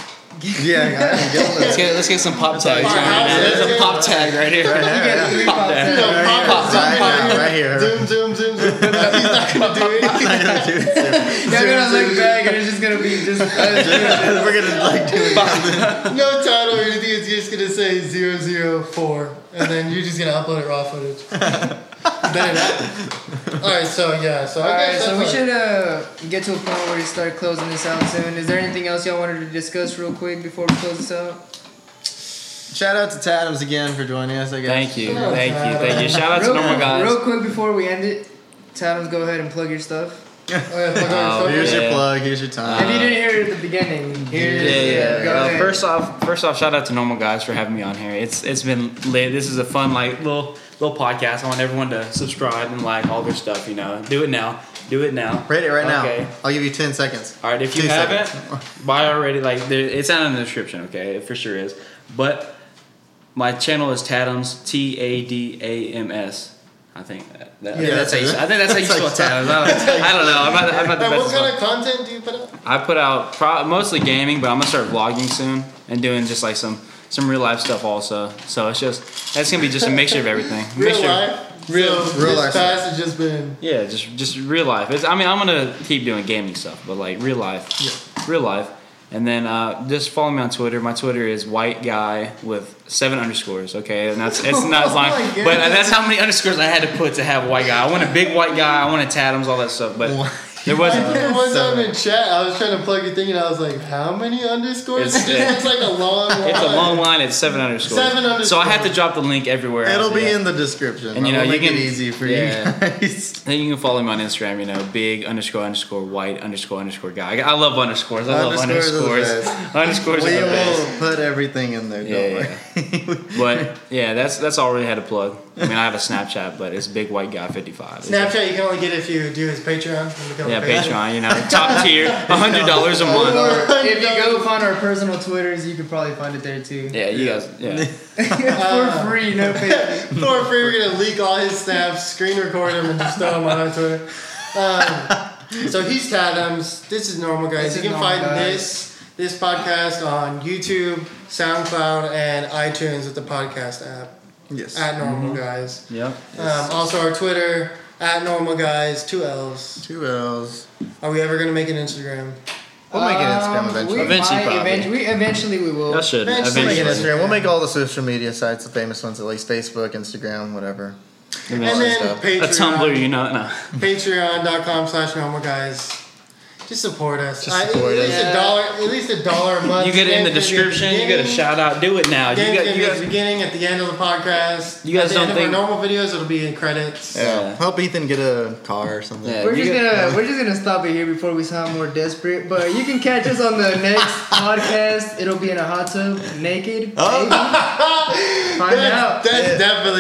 Speaker 3: Yeah, I get
Speaker 4: Let's get let's get some pop tags.
Speaker 2: All right,
Speaker 4: right now.
Speaker 2: let's
Speaker 4: There's a
Speaker 2: go.
Speaker 4: pop tag right here.
Speaker 1: you get three pops
Speaker 4: Yeah.
Speaker 1: in.
Speaker 2: No, pop, pop,
Speaker 3: Right
Speaker 2: pop,
Speaker 3: now, right here.
Speaker 2: Zoom, zoom, zoom, zoom. He's not gonna do it.
Speaker 1: They're gonna look back and it's just gonna be just.
Speaker 3: We're gonna like do
Speaker 2: No title or anything. It's just gonna say 004, and then you're just gonna upload it raw footage. Better not. All right, so yeah, so I
Speaker 1: Alright,
Speaker 2: guess that's
Speaker 1: so we
Speaker 2: all-
Speaker 1: should uh, get to a point where we start closing this out soon. Is there anything else y'all wanted to discuss real quick before we close this out?
Speaker 3: Shout out to Tadams again for joining us. I guess.
Speaker 4: Thank you, thank you, thank you. Shout out to
Speaker 1: Real,
Speaker 4: normal guys.
Speaker 1: real quick before we end it, Tatum, go ahead and plug your stuff.
Speaker 2: yeah, plug on
Speaker 4: Oh,
Speaker 2: your
Speaker 3: Here's
Speaker 2: phone.
Speaker 3: your
Speaker 4: Yeah.
Speaker 3: plug. Here's your time.
Speaker 1: if you didn't hear it at the beginning, here's
Speaker 4: Yeah, yeah.
Speaker 1: yeah, go
Speaker 4: Uh,
Speaker 1: ahead.
Speaker 4: first off, first off, shout out to Normal Guys for having me on here. It's it's been lit. This is a fun like little little podcast. I want everyone to subscribe and like all their stuff. You know, do it now. Do it now.
Speaker 3: Rate it right
Speaker 4: Okay.
Speaker 3: now. I'll give you ten seconds.
Speaker 4: All right, if you
Speaker 3: Two
Speaker 4: haven't,
Speaker 3: seconds.
Speaker 4: buy already. Like there, it's not in the description. Okay, it for sure is. But my channel is Tadams. T A D A M S. I think. That, that-
Speaker 3: Yeah,
Speaker 4: that's how you.
Speaker 3: that's-
Speaker 4: I think that's how you
Speaker 3: that's
Speaker 4: spell
Speaker 3: like-
Speaker 4: Tadams. I don't, I don't know. I'm not, I'm not the
Speaker 2: And
Speaker 4: best.
Speaker 2: what
Speaker 4: spell.
Speaker 2: kind of content do you put up?
Speaker 4: I put out pro- mostly gaming, but I'm gonna start vlogging soon and doing just like some some real life stuff also. So it's just that's gonna be just a mixture of everything.
Speaker 2: Real
Speaker 4: mixture.
Speaker 2: life. Real,
Speaker 3: real
Speaker 2: this
Speaker 3: life.
Speaker 2: past has just been.
Speaker 4: Yeah, just just real life. It's, I mean, I'm gonna keep doing gaming stuff, but like real life, real life. And then uh, just follow me on Twitter. My Twitter is white guy with seven underscores. Okay, and that's it's not as long,
Speaker 1: Oh my
Speaker 4: but that's how many underscores I had to put to have white guy. I want a big white guy. I want a Tatum's, all that stuff. But there
Speaker 2: I
Speaker 4: wasn't.
Speaker 2: did it one time
Speaker 3: Seven.
Speaker 2: in chat. I was trying to plug your thing, and I was like, "How many underscores?"
Speaker 4: It's-
Speaker 2: It's, like a long. Line.
Speaker 4: It's a long line. It's seven underscores.
Speaker 2: Seven
Speaker 4: So I
Speaker 2: underscores.
Speaker 4: have to drop the link everywhere.
Speaker 3: It'll
Speaker 4: after
Speaker 3: be
Speaker 4: that.
Speaker 3: in the description.
Speaker 4: And, you
Speaker 3: I
Speaker 4: know,
Speaker 3: will
Speaker 4: you
Speaker 3: make
Speaker 4: can-
Speaker 3: it easy for
Speaker 4: yeah.
Speaker 3: you guys.
Speaker 4: Then you can follow me on Instagram, you know, big underscore underscore white underscore underscore guy. I I love underscores. I love
Speaker 3: Underscores are the
Speaker 4: underscores. Underscores are
Speaker 3: we
Speaker 4: the best.
Speaker 3: will put everything in there.
Speaker 4: Yeah,
Speaker 3: Don't worry.
Speaker 4: But yeah, that's that's all I really had to plug. I mean, I have a Snapchat, but it's big white guy fifty five.
Speaker 2: Snapchat you can only get if you do his Patreon. and become a
Speaker 4: Yeah,
Speaker 2: patron.
Speaker 4: Patreon, you know, top tier, hundred dollars a
Speaker 1: Or
Speaker 4: month.
Speaker 1: if you go find our personal Twitters, you could probably find it there too.
Speaker 4: Yeah, you guys. Yeah,
Speaker 1: For free, no pay.
Speaker 2: For free, we're gonna leak all his snaps, screen record him, and just throw him on our Twitter. Um, so he's Tadams. This is normal, guys.
Speaker 1: This
Speaker 2: you
Speaker 1: is
Speaker 2: can
Speaker 1: Normal
Speaker 2: find
Speaker 1: Guys.
Speaker 2: this this podcast on YouTube, SoundCloud, and iTunes with the podcast app
Speaker 3: yes.
Speaker 2: at Normal
Speaker 1: Mm-hmm.
Speaker 2: Guys.
Speaker 4: yeah.
Speaker 2: Um, also our Twitter at Normal Guys. Two L's.
Speaker 3: Two L's.
Speaker 2: Are we ever gonna make an Instagram?
Speaker 3: We'll make an Instagram
Speaker 1: Um,
Speaker 3: eventually.
Speaker 1: We
Speaker 4: Eventually,
Speaker 1: might
Speaker 4: probably.
Speaker 1: eventu- we, eventually we will.
Speaker 4: That should
Speaker 2: Eventually.
Speaker 3: We'll make an
Speaker 4: eventually.
Speaker 3: Instagram. We'll make all the social media sites, the famous ones, at least Facebook, Instagram, whatever.
Speaker 2: And
Speaker 4: eventually.
Speaker 2: then
Speaker 3: stuff.
Speaker 4: A
Speaker 2: Patreon.
Speaker 4: uh, Tumblr, you know, no.
Speaker 2: patreon.com slash normal guys just support us
Speaker 3: Just
Speaker 2: I-
Speaker 3: support
Speaker 2: at
Speaker 3: us.
Speaker 2: least a
Speaker 1: Yeah.
Speaker 2: dollar at least a dollar a month
Speaker 4: You get it in the
Speaker 2: Game's gonna be at
Speaker 4: description. You get a
Speaker 2: beginning.
Speaker 4: shout out. Do it now. You
Speaker 2: Game's
Speaker 4: got,
Speaker 2: gonna be
Speaker 4: you
Speaker 2: at the
Speaker 4: got,
Speaker 2: beginning, at the end of the podcast.
Speaker 4: You guys
Speaker 2: at the
Speaker 4: don't
Speaker 2: end
Speaker 4: think-
Speaker 2: of our normal videos, it'll be in credits.
Speaker 3: Yeah.
Speaker 4: Yeah.
Speaker 3: Help Ethan get a car or something.
Speaker 4: Yeah.
Speaker 1: We're
Speaker 4: You
Speaker 1: just
Speaker 4: get-
Speaker 1: gonna we're just gonna stop it here before we sound more desperate. But you can catch us on the next podcast. It'll be in a hot tub, naked. maybe. Find out.
Speaker 2: That's definitely